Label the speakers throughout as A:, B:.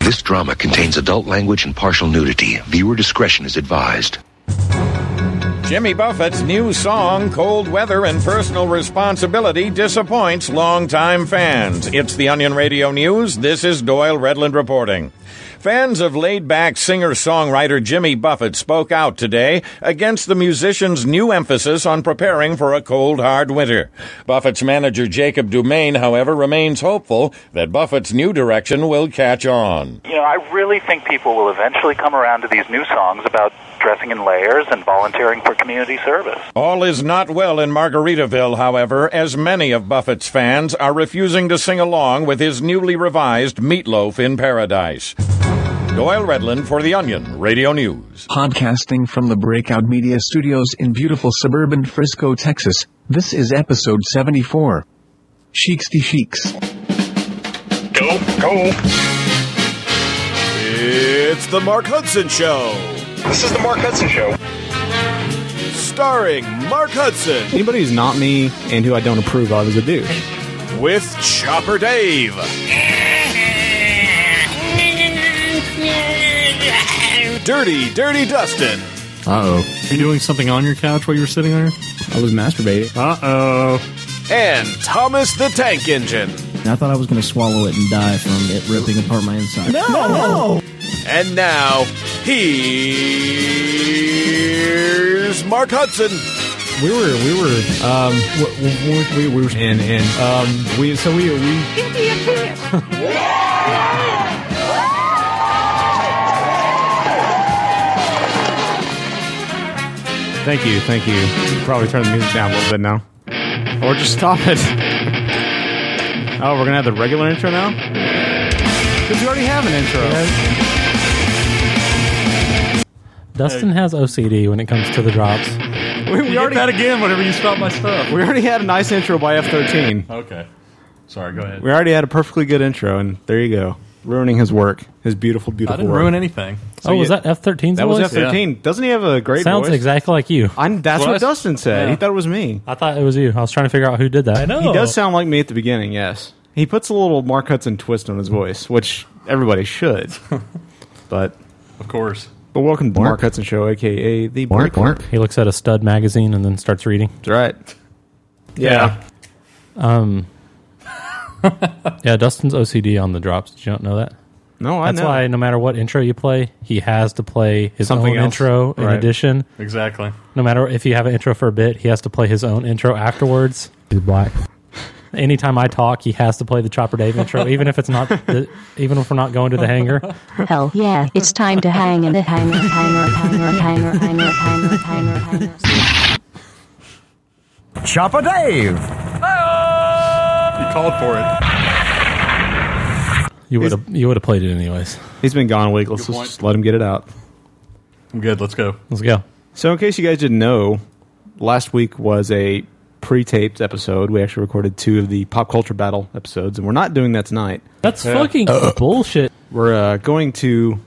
A: This drama contains adult language and partial nudity. Viewer discretion is advised.
B: Jimmy Buffett's new song, Cold Weather and Personal Responsibility, disappoints longtime fans. It's the Onion Radio News. This is Doyle Redland reporting. Fans of laid back singer songwriter Jimmy Buffett spoke out today against the musician's new emphasis on preparing for a cold, hard winter. Buffett's manager Jacob Dumaine, however, remains hopeful that Buffett's new direction will catch on.
C: You know, I really think people will eventually come around to these new songs about dressing in layers and volunteering for community service.
B: All is not well in Margaritaville, however, as many of Buffett's fans are refusing to sing along with his newly revised Meatloaf in Paradise. Doyle Redland for The Onion Radio News.
D: Podcasting from the Breakout Media Studios in beautiful suburban Frisco, Texas, this is episode 74. Sheeksty Sheiks.
E: Go, go.
F: It's the Mark Hudson Show.
E: This is the Mark Hudson Show.
F: starring Mark Hudson
G: Anybody who's not me and who I don't approve of is a dude.
F: with Chopper Dave. Dirty, Dirty Dustin.
G: Uh oh.
H: Are you doing something on your couch while you were sitting there?
G: I was masturbating.
H: Uh oh.
F: And Thomas the Tank Engine.
I: I thought I was going to swallow it and die from it ripping apart my inside.
F: And now, here's Mark Hudson.
G: We were, we were, um, we, we, we were, and, and, um, we, so we, we, thank you, thank you. Probably turn the music down a little bit now. Or just stop it. Oh, we're gonna have the regular intro now? Because we already have an intro.
H: Dustin has OCD when it comes to the drops.
G: We, we already,
H: again whenever you stop my stuff.
G: we already had a nice intro by F13.
H: Okay. Sorry, go ahead.
G: We already had a perfectly good intro, and there you go. Ruining his work. His beautiful, beautiful
H: I didn't
G: work.
H: ruin anything.
G: So
H: oh, was
G: you-
H: that F13's
G: That was
H: voice?
G: F13. Doesn't he have a great
H: Sounds
G: voice?
H: exactly like you.
G: I'm, that's
H: Well,
G: what,
H: that's-
G: Dustin said.
H: yeah.
G: He thought it was me.
H: I thought it was you. I was trying to figure out who did that. I know.
G: He does sound like me at the beginning, yes. He puts a little Mark Hudson twist on his voice, which everybody should. but
H: Of course.
G: but welcome to the Mark Hudson Show, a.k.a. The Break Room.
H: He looks at a stud magazine and then starts reading.
G: That's right. Yeah.
H: Yeah, Dustin's OCD on the drops. Did you not know that?
G: No, I
H: That's
G: know.
H: why no matter what intro you play, he has to play his
G: Something
H: own
G: else.
H: intro in
G: Right.
H: addition.
J: Exactly.
H: No matter if you have an intro for a bit, he has to play his own intro afterwards. He's black. Anytime I talk, he has to play the Chopper Dave intro, even if it's not, the, even if we're not going to the hangar.
K: Hell yeah, it's time to hang in the hanger, hanger, hanger, hanger, hanger, hanger, hanger, hanger.
E: Chopper Dave.
J: You called for it.
H: You would have, you would have played it anyways.
G: He's been gone a week. Let's
J: Good point.
G: just let him get it out.
J: I'm good. Let's go.
H: Let's go.
G: So, in case you guys didn't know, last week was a pre-taped episode. We actually recorded two of the pop culture battle episodes, and we're not doing that tonight.
H: That's
G: Uh,
H: fucking bullshit.
G: We're uh, going to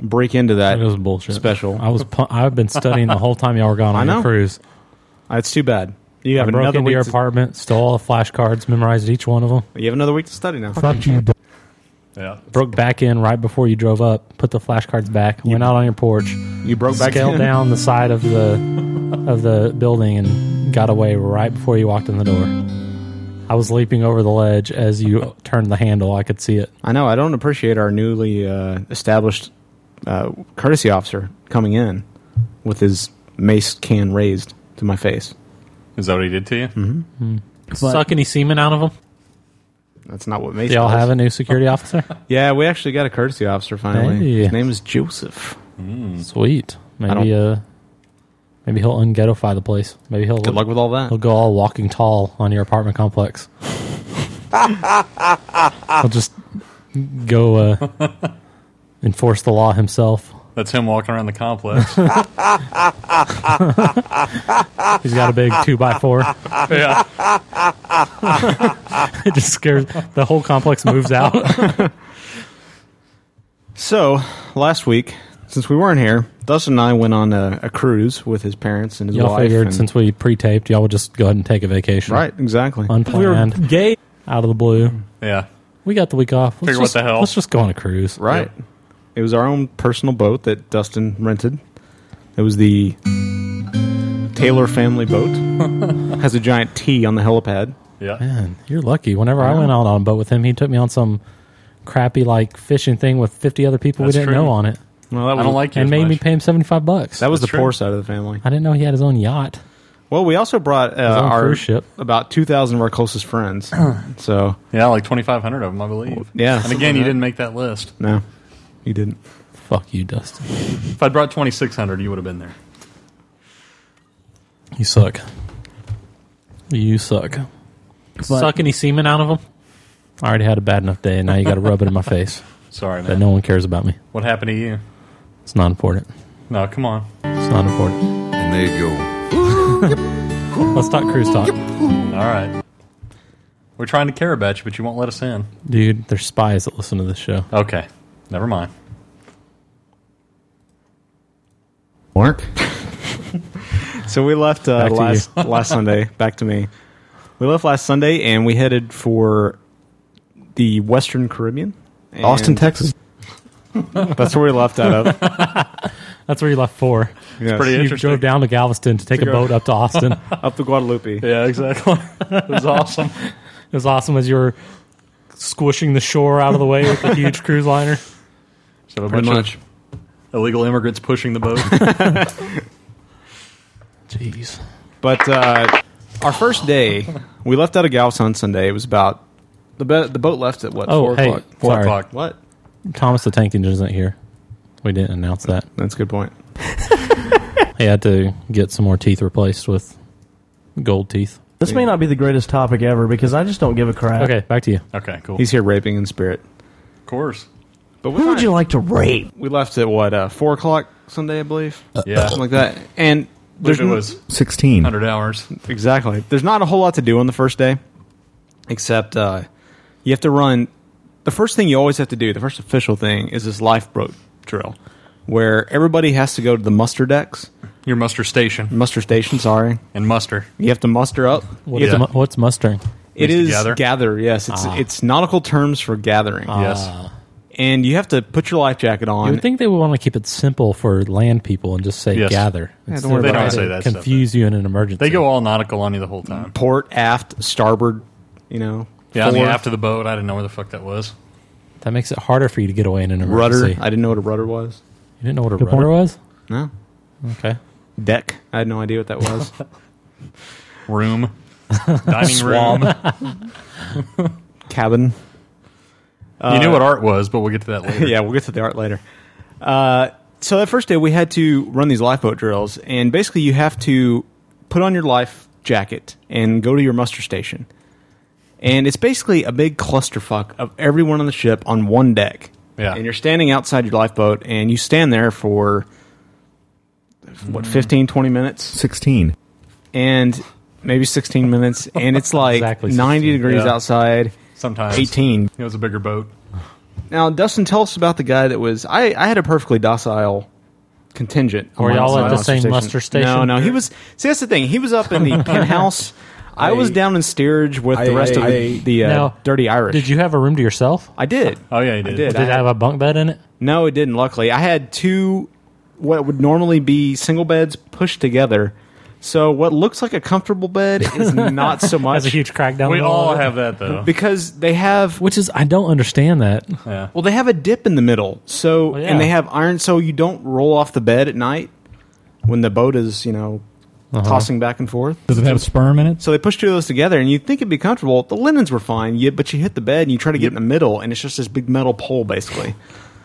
G: break into that.
H: That was bullshit.
G: Special.
H: I was, pu- I've been studying the whole time y'all were gone
G: I
H: on
G: know.
H: your cruise.
G: Uh, it's too bad. You
H: I
G: have
H: broke
G: another
H: into
G: week.
H: your
G: to-
H: apartment, stole all the flashcards, memorized each one of them.
G: you have another week to study now.
J: Yeah.
H: Broke back in right before you drove up. Put the flashcards back. Went out on your porch.
G: You broke back
H: scaled
G: in.
H: down the side of the of the building and got away right before you walked in the door. I was leaping over the ledge as you turned the handle. I could see it.
G: I know. I don't appreciate our newly uh, established uh, courtesy officer coming in with his mace can raised to my face.
J: Is that what he did to you?
H: Suck any semen out of them?
G: That's not what mace.
H: They all
G: does.
H: have a new security officer.
G: Yeah, we actually got a courtesy officer finally.
H: Hey.
G: His name is Joseph.
H: Sweet. Maybe uh, maybe he'll unghettoify the place. Maybe he'll
G: Good luck with all that.
H: he'll go all walking tall on your apartment complex. he'll just go uh, enforce the law himself.
J: That's him walking around the complex.
H: He's got a big two by four.
J: yeah.
H: It just scares the whole complex moves out.
G: So last week, since we weren't here, Dustin and I went on a, a cruise with his parents and his
H: y'all
G: wife.
H: figured
G: and-
H: since we pre-taped, y'all would just go ahead and take a vacation,
G: right, exactly.
H: Unplanned,
I: Gay.
H: out of the blue.
J: Yeah.
H: We got the week off. Let's
J: Figure what
H: just,
J: the hell.
H: Let's just go on a cruise.
G: Right. It was our own personal boat that Dustin rented. It was the Taylor family boat. Has a giant T on the helipad.
J: Yeah.
H: Man, you're lucky. Whenever I
G: Yeah.
H: went out on a boat with him, he took me on some crappy like fishing thing with 50 other people
G: That's
H: we didn't
G: true.
H: know on it.
G: Well, that I was- don't like you
H: and
G: as
H: made me
G: much.
H: pay him 75 bucks.
G: That was the poor side of the family.
H: I didn't know he had his own yacht.
G: Well, we also brought uh,
H: His own
G: our
H: cruise ship.
G: about two thousand of our closest friends. so
J: Yeah, like 2,500 of them, I believe.
G: Yeah, something
J: And
G: like
J: again, you
G: that.
J: didn't make that list.
G: no, you didn't.
H: Fuck you, Dustin.
J: If I'd brought 2,600, you would have been there.
H: You suck. You suck. suck any semen out of him? I already had a bad enough day, and now you got to rub it in my face.
J: Sorry,
H: That
J: man.
H: no one cares about me.
J: What happened to you?
H: It's not important.
J: No, come on.
H: It's not important. And there you go. Let's talk cruise talk.
J: All right. We're trying to care about you, but you won't let us in.
H: Dude, there's spies that listen to this show.
J: Okay. Never mind.
G: Mark. so we left uh,
J: Back to you.
G: last last Sunday. Back to me. We left last Sunday and we headed for the Western Caribbean, And-
D: Austin, Texas.
G: That's where we left out of.
H: That's where you left for.
G: Yes. pretty
H: you
G: interesting.
H: drove down to Galveston to take
G: To
H: a
G: go-
H: boat up to Austin. it
G: up the Guadalupe.
J: Yeah, exactly. it was awesome.
H: was awesome as you were squishing the shore out of the way with a huge cruise liner.
J: So a
H: Pretty
J: bunch of illegal immigrants pushing the boat.
H: Jeez.
G: But uh, our first day, we left out of Galveston on Sunday. It was about the be- the boat left at what?
H: Oh,
G: four
H: hey,
G: o'clock. Four
H: sorry.
G: o'clock. What?
H: Thomas the Tank Engine isn't here. We didn't announce that.
G: That's a good point.
H: he had to get some more teeth replaced with gold teeth.
D: This may not be the greatest topic ever because I just don't give a crap.
H: Okay, back to you.
J: Okay, cool.
G: He's here raping in spirit.
J: Of course.
G: But
D: Who would you like to rape?
G: We left at what uh, four o'clock Sunday, I believe.
J: Yeah.
G: something like that. And
J: Believe
G: there's
J: Uh, it
G: n-
J: was
D: 16.
J: 100 hours.
G: exactly. There's not a whole lot to do on the first day, except uh, you have to run. The first thing you always have to do, the first official thing, is this lifeboat drill, where everybody has to go to the muster decks,
J: Your muster station,
G: muster station. Sorry,
J: and muster.
G: You have to muster up.
H: What's,
G: You have to-
H: mu- what's mustering?
G: It
H: Means
G: is
H: to gather?
G: gather. yes, it's
H: Ah.
G: it's nautical terms for gathering.
H: Yes.
G: and you have to put your life jacket on.
H: You would think they would want to keep it simple for land people and just say
G: Yes.
H: gather.
G: Yeah,
H: It's
G: don't worry
H: the-
G: about it.
J: They don't say that stuff,
H: Confuse you in an emergency.
J: They go all nautical on you the whole time.
G: port, aft, starboard. You know,
J: Yeah, on the
G: forward,
J: aft of the boat. I didn't know where the fuck that was.
H: That makes it harder for you to get away in an
G: rudder.
H: emergency.
G: I didn't know what a rudder was.
H: You didn't know what a
G: Good
H: rudder
G: point.
H: was?
G: No.
H: Okay.
G: Deck. I had no idea what that was.
J: Room. Dining room.
G: Cabin. Uh,
J: you knew what art was, but we'll get to that later.
G: yeah, we'll get to the art later. Uh, so that first day, we had to run these lifeboat drills, and basically, you have to put on your life jacket and go to your muster station. And it's basically a big clusterfuck of everyone on the ship on one deck.
J: Yeah.
G: And you're standing outside your lifeboat, and you stand there for
J: Mm.
G: what, 15, 20 minutes?
D: 16.
G: And maybe 16 minutes, and it's like
J: Exactly
G: 90
J: 16.
G: degrees
J: Yeah.
G: outside.
J: Sometimes.
G: 18.
J: It was a bigger boat.
G: Now, Dustin, tell us about the guy that was. I, I had a perfectly docile contingent. on
H: Were
G: my-
H: y'all
G: my
H: at the same muster station?
G: No, no. He was. See, that's the thing. He was up in the penthouse. I, was down in steerage with the rest of the, the uh,
H: Now,
G: dirty Irish.
H: Did you have a room to yourself?
G: I did.
J: Oh yeah, you
G: I
J: did.
G: did.
H: Did it have a bunk bed in it?
G: No, it didn't. Luckily, I had two what would normally be single beds pushed together. So what looks like a comfortable bed is not so much.
H: Has a huge crack down
J: We
H: the middle
J: all
H: of it.
J: have that though.
G: because they have
H: which is I don't understand that.
J: Yeah.
G: Well, they have a dip in the middle, so
H: Well, yeah.
G: and they have iron, so you don't roll off the bed at night when the boat is you know
H: Uh-huh.
G: tossing back and forth.
L: Does it have sperm in it?
G: So they push two of those together, and you'd think it'd be comfortable. The linens were fine, you, but you hit the bed and you try to get in the middle, and it's just this big metal pole basically.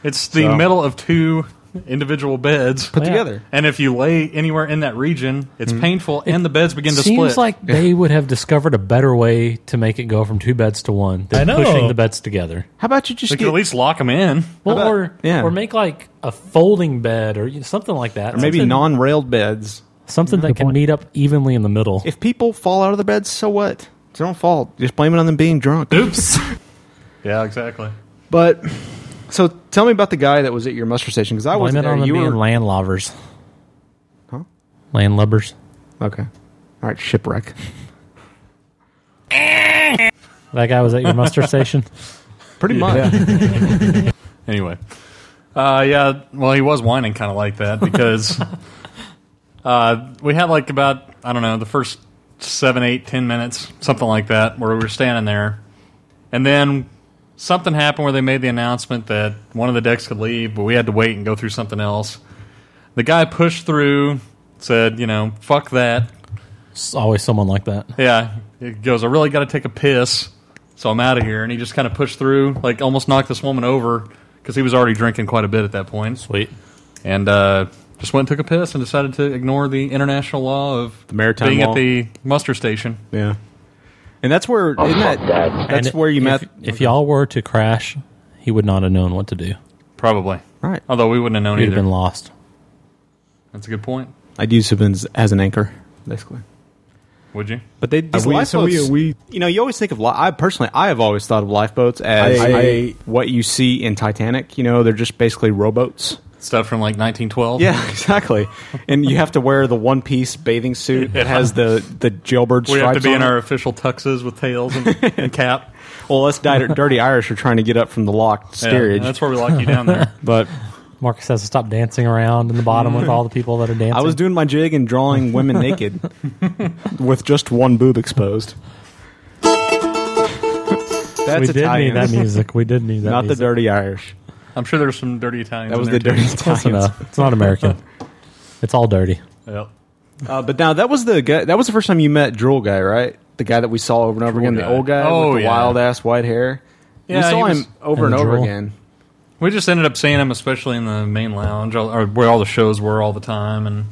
J: It's the
G: So-
J: middle of two individual beds
G: Put Yeah. together.
J: and if you lay anywhere in that region, it's painful, and the beds begin to
H: Seems
J: split.
H: like they would have discovered a better way to make it go from two beds to one than
J: I know.
H: pushing the beds together.
G: How about you just
J: they could at least lock them in?
H: Well, or or make like a folding bed or you know, something like that,
G: Or maybe
H: Something-
G: non-railed beds.
H: something that can meet up evenly in the middle.
G: If people fall out of their beds, so what? It's their own fault. Just blame it on them being drunk.
J: Oops. yeah, exactly.
G: But so tell me about the guy that was at your muster station because I
H: Blame
G: wasn't
H: it
G: there.
H: on them
G: you
H: being
G: were
H: landlubbers.
G: Huh?
H: Landlubbers.
G: Okay. All right, shipwreck.
H: That guy was at your muster station.
G: Pretty much.
J: anyway, uh, yeah. Well, he was whining kind of like that because uh, we had like about I don't know the first seven, eight, ten minutes, something like that, where we were standing there, and then something happened where they made the announcement that one of the decks could leave, but we had to wait and go through something else. The guy pushed through, said, you know, fuck that.
M: It's always someone like that.
J: Yeah, he goes, I really got to take a piss, so I'm out of here. And he just kind of pushed through, like almost knocked this woman over because he was already drinking quite a bit at that point.
M: Sweet.
J: And uh, just went and took a piss and decided to ignore the international law of
G: The maritime
J: being
G: law.
J: at the muster station.
G: Yeah. And that's where isn't that, that's
M: Oh, And
G: where you
M: if,
G: met
M: If y'all were to crash, he would not have known what to do.
J: Probably.
G: Right.
J: Although we wouldn't have known
M: He'd have
J: either.
M: been lost.
J: That's a good point.
G: I'd use him as, as an anchor, basically.
J: Would you?
G: But they these
J: we-
G: lifeboats,
J: so we-
G: we, you know, you always think of. Li- I personally, I have always thought of lifeboats as
J: I- I-
G: what you see in Titanic. You know, they're just basically rowboats.
J: Stuff from like 1912.
G: Yeah, exactly. and you have to wear the one piece bathing suit that has the the jailbird
J: We
G: stripes.
J: have to be
G: on
J: in
G: it.
J: our official tuxes with tails and, and cap.
G: Well, us di- dirty Irish are trying to get up from the locked
J: Yeah,
G: steerage.
J: that's where we lock you down there.
G: but
M: Marcus has to stop dancing around in the bottom with all the people that are dancing.
G: I was doing my jig and drawing women naked with just one boob exposed. That's
M: we did need that music. We did need that.
G: Not the
M: music.
G: dirty Irish.
J: I'm sure there's some dirty Italians.
G: That was
J: in
G: the
J: there
G: dirty
J: too.
M: Close
G: Italians.
M: enough. It's not American. it's all dirty.
J: Yep.
G: Uh, but now that was the guy, that was the first time you met Drool guy, right? The guy that we saw over and over again,
J: guy.
G: the old guy
J: Oh,
G: with the
J: yeah.
G: wild ass white hair.
J: Yeah,
G: we saw
J: he
G: him
J: was-
G: over and,
M: And
G: over
M: Drool.
G: again.
J: We just ended up seeing him, especially in the main lounge, all- or where all the shows were all the time, and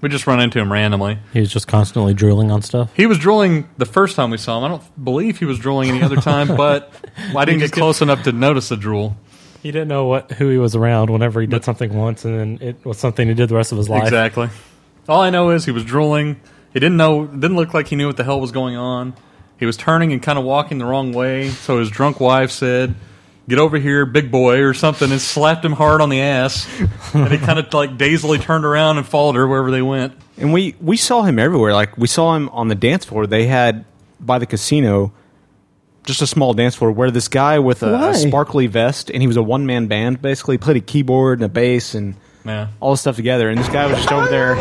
J: we just run into him randomly.
M: He was just constantly drooling on stuff.
J: He was drooling the first time we saw him. I don't believe he was drooling any other time, but I didn't get close enough to notice the drool.
M: He didn't know what who he was around whenever he did something once, and then it was something he did the rest of his life.
J: Exactly. All I know is he was drooling. He didn't know. Didn't look like he knew what the hell was going on. He was turning and kind of walking the wrong way. So his drunk wife said, "Get over here, big boy," or something, and slapped him hard on the ass. And he kind of like dazedly turned around and followed her wherever they went.
G: And we we saw him everywhere. Like we saw him on the dance floor. They had by the casino just a small dance floor where this guy with a,
I: Why?
G: a sparkly vest and he was a one man band basically played a keyboard and a bass and
J: Yeah.
G: all this stuff together. And this guy was just over there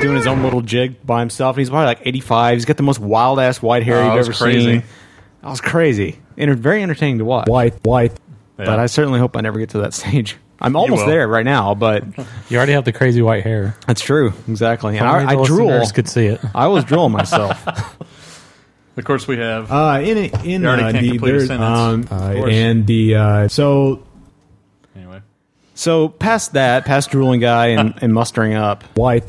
G: doing his own little jig by himself. And he's probably like eighty five. He's got the most wild ass white hair
J: Oh, it
G: you've
J: was
G: ever
J: crazy.
G: seen. I was crazy and very entertaining to watch. White, white. But I certainly hope I never get to that stage. I'm almost
M: will.
G: there right now, but
M: You already have the crazy white hair.
G: that's true. Exactly. And
M: Only
G: I, I
M: the
G: drool.
M: listeners could see it.
G: I always drool myself.
J: Of course, we have.
H: Uh, in it- in
J: You already
H: uh,
J: can't
H: the
J: complete a
H: there-
J: sentence.
H: um,
J: Of
H: uh,
J: course.
H: and the uh, so
J: Anyway.
G: So past that, past drooling guy and, and mustering up. White.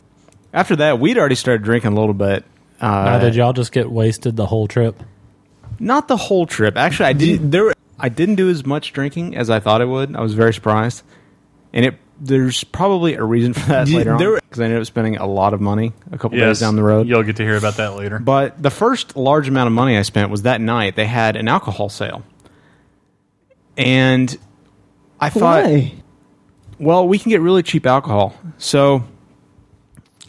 G: After that, we'd already started drinking a little bit.
M: Now,
G: Uh,
M: did y'all just get wasted the whole trip?
G: Not the whole trip. Actually, I didn't. There, were- I didn't do as much drinking as I thought I would. I was very surprised, and it. There's probably a reason for that
H: Did-
G: later
H: there
G: on
H: were-
G: because I ended up spending a lot of money a couple
J: Yes,
G: days down the road.
J: You'll get to hear about that later.
G: But the first large amount of money I spent was that night. They had an alcohol sale, and I thought,
I: Why?
G: well, we can get really cheap alcohol. So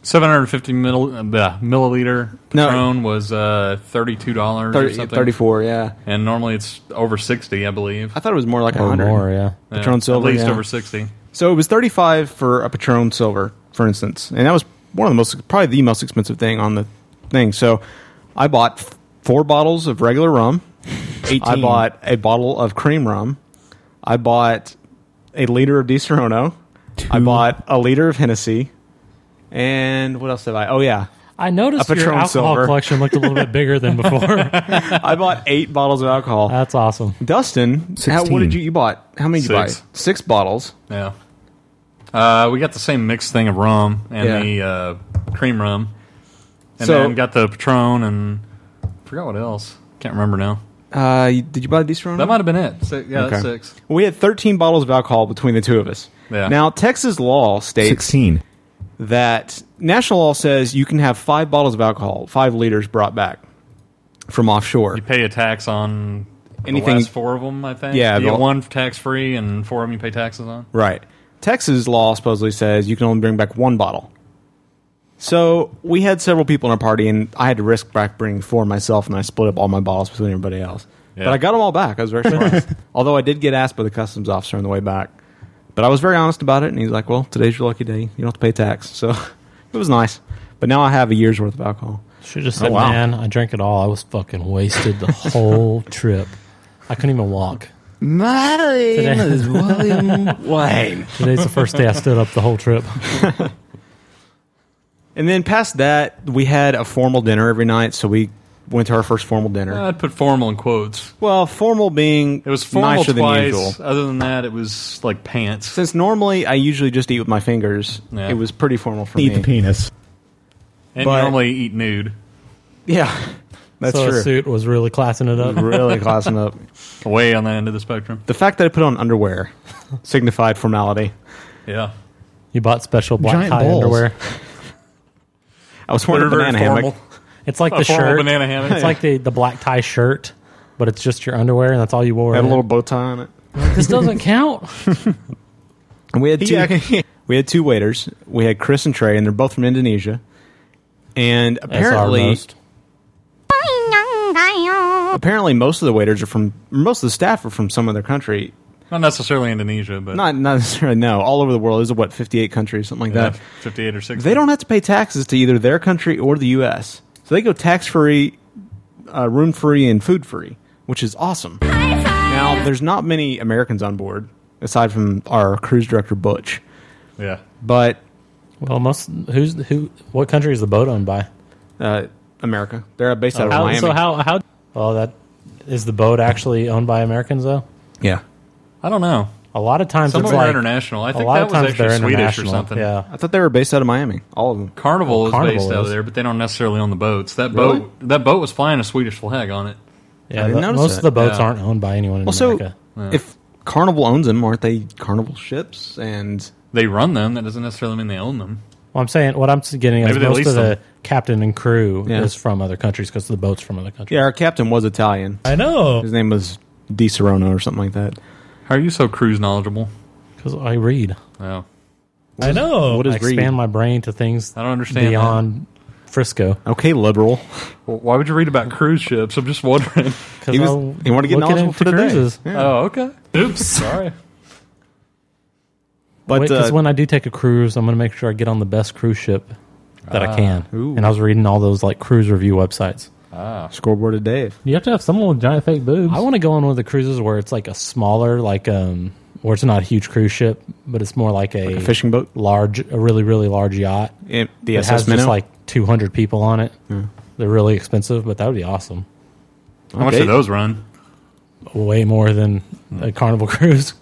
J: 750 mill, uh, bleh, milliliter
G: No.
J: Patron was uh, $32 or
G: Thirty-
J: something.
G: 34, yeah.
J: And normally it's over 60, I believe.
G: I thought it was more like a
J: Or
G: hundred.
J: more,
M: yeah.
G: Patron
J: Yeah,
G: Silver,
J: At least
G: yeah.
J: over 60.
G: So it was thirty five for a Patron Silver, for instance, and that was one of the most, probably the most expensive thing on the thing. So I bought f- four bottles of regular rum.
H: 18.
G: I bought a bottle of cream rum. I bought a liter of Di Serono. I bought a liter of Hennessy. And what else did I? Oh yeah,
M: I noticed
G: A
M: your
G: Patron
M: alcohol
G: Silver.
M: collection looked a little bit bigger than before.
G: I bought eight bottles of alcohol.
M: That's awesome.
G: Dustin, how, what did you? You bought how many? Did you buy?
J: Six.
G: Six bottles.
J: Yeah. Uh, we got the same mixed thing of rum and
G: Yeah.
J: the uh, cream rum. And
G: So-
J: then got the Patron and I forgot what else. Can't remember now.
G: Uh, you- did you buy the Serono?
J: That might have been it. Six, yeah, that's
G: Okay.
J: six.
G: We had 13 bottles of alcohol between the two of us.
J: Yeah.
G: Now, Texas law states 16. that national law says you can have five bottles of alcohol, five liters brought back from offshore.
J: You pay a tax on
G: Anything-
J: the last four of them, I think.
G: Yeah,
J: You
G: the-
J: get one tax free and four of them you pay taxes on.
G: Right. Texas law supposedly says you can only bring back one bottle. So we had several people in our party, and I had to risk back bringing four myself, and I split up all my bottles between everybody else. But I got them all back. I was very surprised. Although I did get asked by the customs officer on the way back. But I was very honest about it, and he's like, "Well, today's your lucky day. You don't have to pay tax." So it was nice. But now I have a year's worth of alcohol.
H: Should have said, man, I drank it all. I was fucking wasted the whole trip. I couldn't even walk.
G: My
H: Today-
G: Wayne.
H: Today's the first day I stood up the whole trip.
G: And then past that, we had a formal dinner every night. So we went to our first formal dinner.
J: I'd put formal in quotes.
G: Well, formal being it was
J: Formal
G: nicer than
J: twice.
G: usual.
J: Other than that, it was like pants.
G: Since normally I usually just eat with my fingers,
J: Yeah.
G: it was pretty formal for
J: Eat
G: me.
J: the
G: penis.
J: And
G: But-
J: you normally eat nude.
G: Yeah, that's
H: so
G: true.
H: A suit was really classing it up.
G: really classing up.
J: Way on the end of the spectrum.
G: The fact that I put on underwear signified formality.
J: Yeah.
H: You bought special black
G: Giant
H: tie
G: balls.
H: underwear.
G: I was wearing a
J: Very, very
G: banana hammock.
J: formal.
H: It's like
J: A
H: the
J: formal
H: shirt.
J: banana hammock.
H: It's like the, the black tie shirt, but it's just your underwear, and that's all you wore.
G: Had a
H: in it.
G: little bow tie on it.
H: This doesn't count.
G: And we had two.
H: Yeah.
G: we had two waiters. We had Chris and Trey, and they're both from Indonesia. And
H: our
G: apparently,
H: most.
G: apparently, most of the waiters are from. Most of the staff are from some other country.
J: Not necessarily Indonesia, but
G: Not not necessarily. No, all over the world. Is it what fifty eight countries, something like
J: yeah,
G: that?
J: 58 or 60.
G: They don't have to pay taxes to either their country or the U.S. So they go tax free, uh, room free, and food free, which is awesome. Now, there's not many Americans on board aside from our cruise director Butch,
J: Yeah.
G: but
H: Well, most who's who? What country is the boat owned by?
G: Uh, America. They're based out of
H: Oh, how,
G: Miami.
H: So how how? Well, that is the boat actually owned by Americans though.
G: yeah,
J: I don't know.
H: A lot of times
J: Some
H: it's
J: of them are
H: like-
J: international. I
H: a
J: think
H: lot
J: that
H: of
J: was
H: times
J: actually
H: they're
J: Swedish or
H: international,
J: something.
H: Yeah.
G: I thought they were based out of Miami. All of them.
J: Carnival is
G: Oh, Carnival
J: based out of
G: is.
J: there, but they don't necessarily own the boats. That
G: Really?
J: boat that boat was flying a Swedish flag on it.
H: Yeah, the- most of the boats
J: Yeah.
H: aren't owned by anyone in
G: Well, so
H: America.
G: if Carnival owns them, aren't they Carnival ships? And
J: they run them. That doesn't necessarily mean they own them.
H: Well, I'm saying what I'm getting at is
G: Maybe they
H: most
G: lease
H: of the
G: them.
H: captain and crew
G: Yeah.
H: is from other countries because the boat's from other countries.
G: Yeah, our captain was Italian.
H: I know.
G: His name was Di Serono or something like that.
J: How are you so cruise knowledgeable?
H: Because I read.
J: Oh.
H: I know.
G: what is
H: I expand
G: read?
H: my brain to things I don't
J: understand that.
H: beyond Frisco.
G: Okay, liberal.
J: Well, why would you read about cruise ships? I'm just wondering.
H: 'Cause He was- I'll he wanted to get look knowledgeable into for today. cruises. Yeah.
J: Oh, okay. Oops. Sorry.
G: But,
H: because
G: uh,
H: when I do take a cruise, I'm going to make sure I get on the best cruise ship that I
G: Ah.
H: can.
G: Ooh.
H: And I was reading all those like cruise review websites.
J: Ah.
G: Scoreboard of Dave.
H: You have to have someone with giant fake boobs. I want to go on one of the cruises where it's like a smaller, like um, where it's not a huge cruise ship, but it's more like a,
G: Like a fishing boat,
H: large, a really really large yacht.
G: It- the
H: that
G: SS
H: has
G: Minnow?
H: just like 200 people on it. They're really expensive, but that would be awesome.
J: How much do those run?
H: Way more than
G: Mm.
H: a Carnival cruise.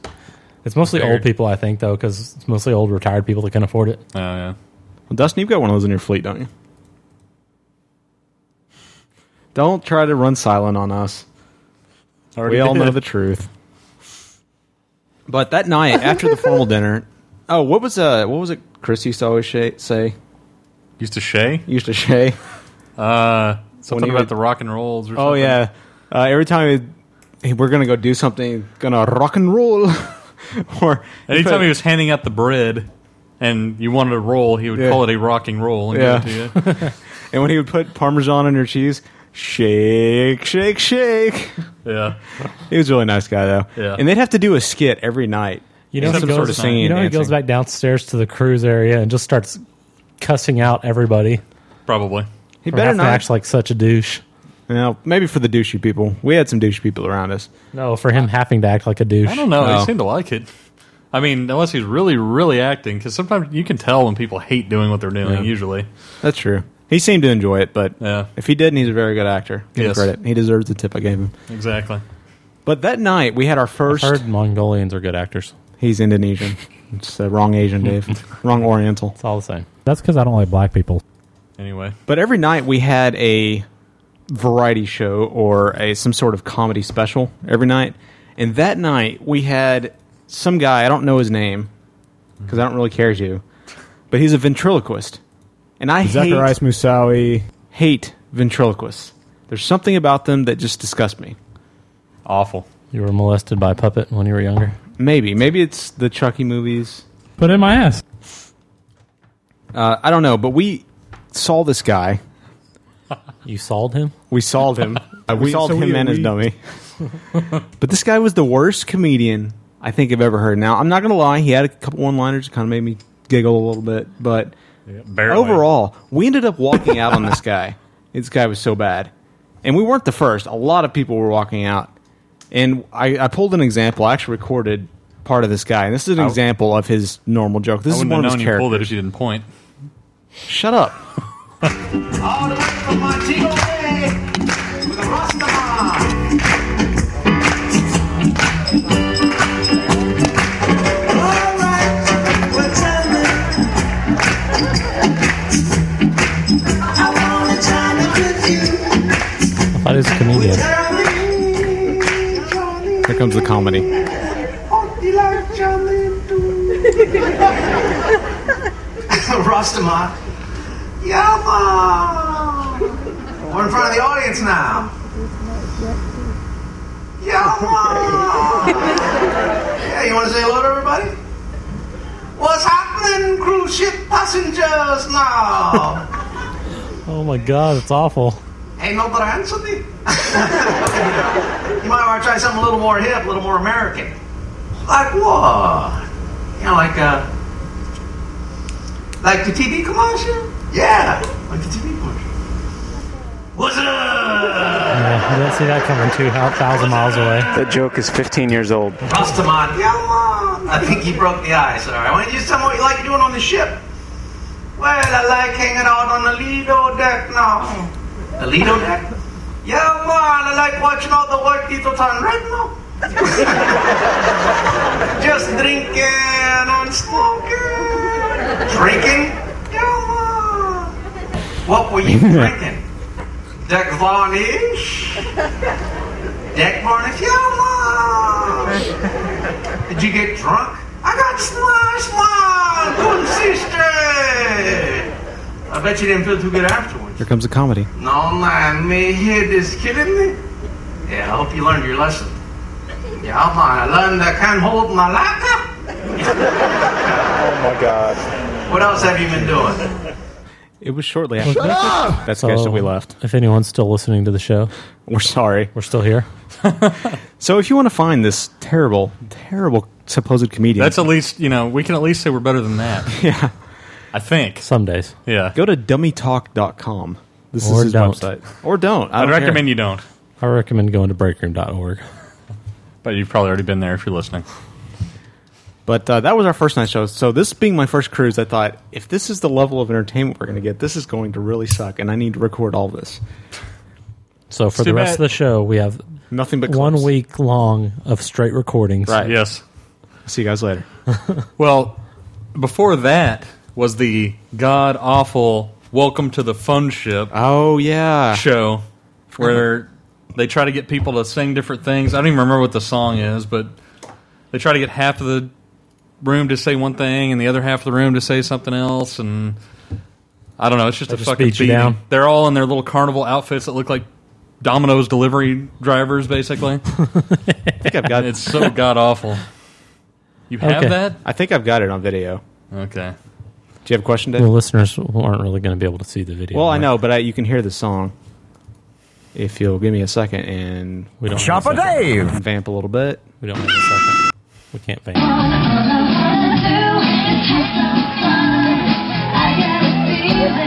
H: It's mostly old people, I think, though, because it's mostly old retired people that can afford it.
J: Oh yeah.
G: Well, Dustin, you've got one of those in your fleet, don't you? Don't try to run silent on us. we
J: Already
G: all know
J: did.
G: the truth. But that night after the formal dinner, oh, what was uh, what was it? Chris used to always shay, say.
J: Used to shay.
G: Used to shay.
J: Uh,
G: When
J: something
G: he
J: about
G: would-
J: the rock and rolls. Or
G: Oh
J: something.
G: yeah. Uh, every time he, we're gonna go do something, gonna rock and roll. or
J: Anytime he was handing out the bread, and you wanted a roll, he would
G: Yeah.
J: call it a rocking roll and
G: yeah.
J: give it to you.
G: and when he would put parmesan on your cheese, shake, shake, shake.
J: Yeah.
G: He was a really nice guy though.
H: Yeah.
G: And they'd have to do a skit every night.
H: You know,
G: some
H: he goes,
G: sort of singing.
H: you know he
G: and
H: goes
G: dancing.
H: back downstairs to the cruise area and just starts cussing out everybody.
J: Probably.
G: He
H: for
G: better
H: having to
G: not.
H: act like such a douche.
G: Now, maybe for the douchey people. We had some douchey people around us.
H: No, for him having to act like a douche.
J: I don't know.
G: No.
J: He seemed to like it. I mean, unless he's really, really acting, because sometimes you can tell when people hate doing what they're doing.
G: Yeah.
J: Usually,
G: That's true. He seemed to enjoy it, but if he didn't, he's a very good actor. Give him
J: Yes.
G: credit. He deserves the tip I gave him.
J: exactly.
G: But that night, we had our 1st
H: heard Mongolians are good actors.
G: He's Indonesian. it's the wrong Asian, Dave. wrong Oriental. It's
H: all the same.
G: That's because I don't like black people.
J: Anyway,
G: But every night we had a variety show or a some sort of comedy special every night. And that night we had some guy, I don't know his name because I don't really care to, but he's a ventriloquist. And I
N: Zacharias
G: hate,
N: Musawi.
G: hate ventriloquists. There's something about them that just disgusts me.
J: Awful.
H: You were molested by a puppet when you were younger.
G: Maybe. Maybe it's the Chucky movies.
H: Put in my ass.
G: Uh, I don't know, but we saw this guy.
H: You sold him?
G: We sold him. we,
N: We-
G: sold
N: so
G: him
N: we-
G: and his
N: we-
G: dummy. but this guy was the worst comedian I think I've ever heard. Now I'm not gonna lie, he had a couple one-liners that kind of made me giggle a little bit, but overall, we ended up walking out on this guy. This guy was so bad, and we weren't the first. A lot of people were walking out, and I, I pulled an example. I actually recorded part of this guy, and this is an
J: I-
G: example of his normal joke. This
J: I
G: is
J: wouldn't
G: one
J: have
G: of his
J: known you pulled it
G: characters.
J: if you didn't point.
G: Shut up.
D: All the way from Montego Bay with a Rasta.
M: I thought he was a comedian.
G: Here comes the comedy.
D: Rasta Yama! We're in front of the audience now. Yama! yeah, you want to say hello to everybody? What's happening, cruise ship passengers now?
M: Oh my god, it's awful.
D: Ain't nobody answering me. you might want to try something a little more hip, a little more American. Like what? You know, like uh, like the TV commercial? Yeah, like the TV commercial. What's up?
M: Yeah, you don't see that coming two thousand miles away.
O: That joke is 15 years old.
D: Rastaman. Yeah, man. I think he broke the ice. All right. Why don't you tell me what you like doing on the ship? Well, I like hanging out on the Lido deck now. The Lido deck? Yeah, man. I like watching all the white people turn red now. Just drinking and smoking. Drinking? Yeah, man. What were you drinking? Deck varnish? Deck varnish? Yeah, man. Did you get drunk? I got smashed, man! Good sister! I bet you didn't feel too good afterwards.
G: Here comes the comedy.
D: No, man, me here is kidding me? Yeah, I hope you learned your lesson. Yeah, man, I learned I can't hold my lacquer. oh my god. What else have you been doing?
G: It was shortly
D: after- Shut up!
G: That's the guy that we left.
M: If anyone's still listening to the show,
G: we're sorry.
M: We're still here.
G: So if you want to find this terrible, terrible supposed comedian,
J: That's at least you know we can at least say we're better than that.
G: yeah.
J: I think
M: some days.
J: Yeah.
G: Go to dummytalk.com. This
M: Or
G: is his
M: don't.
G: website. Or don't. I
J: I'd
G: don't care.
J: recommend you don't.
M: I recommend going to breakroom.org.
J: But you've probably already been there if you're listening.
G: But uh, that was our first night show. So this being my first cruise, I thought if this is the level of entertainment we're going to get, this is going to really suck, and I need to record all this.
M: So for
G: It's too
M: the rest
G: bad.
M: of the show, we have
G: nothing but
M: one
G: clips.
M: week long of straight recordings.
G: Right.
J: Yes.
G: See you guys later.
J: well, before that was the god awful Welcome to the Fun Ship.
G: Oh yeah,
J: show where
M: Uh-huh.
J: they try to get people to sing different things. I don't even remember what the song is, but they try to get half of the room to say one thing and the other half of the room to say something else and I don't know, it's just
M: They
J: a
M: just
J: fucking
M: beat you
J: beating.
M: down.
J: They're all in their little carnival outfits that look like Domino's delivery drivers basically. I
G: think I've got
J: it's so god awful. You have that?
G: I think I've got it on video.
J: Okay.
G: Do you have a question, Dave?
M: Well, listeners aren't really going to be able to see the video.
G: Well, I know, but I, you can hear the song. If you'll give me a second, and we
M: don't have a Choppa second. Dave!
G: vamp a little bit.
M: We don't have a second. We can't vamp.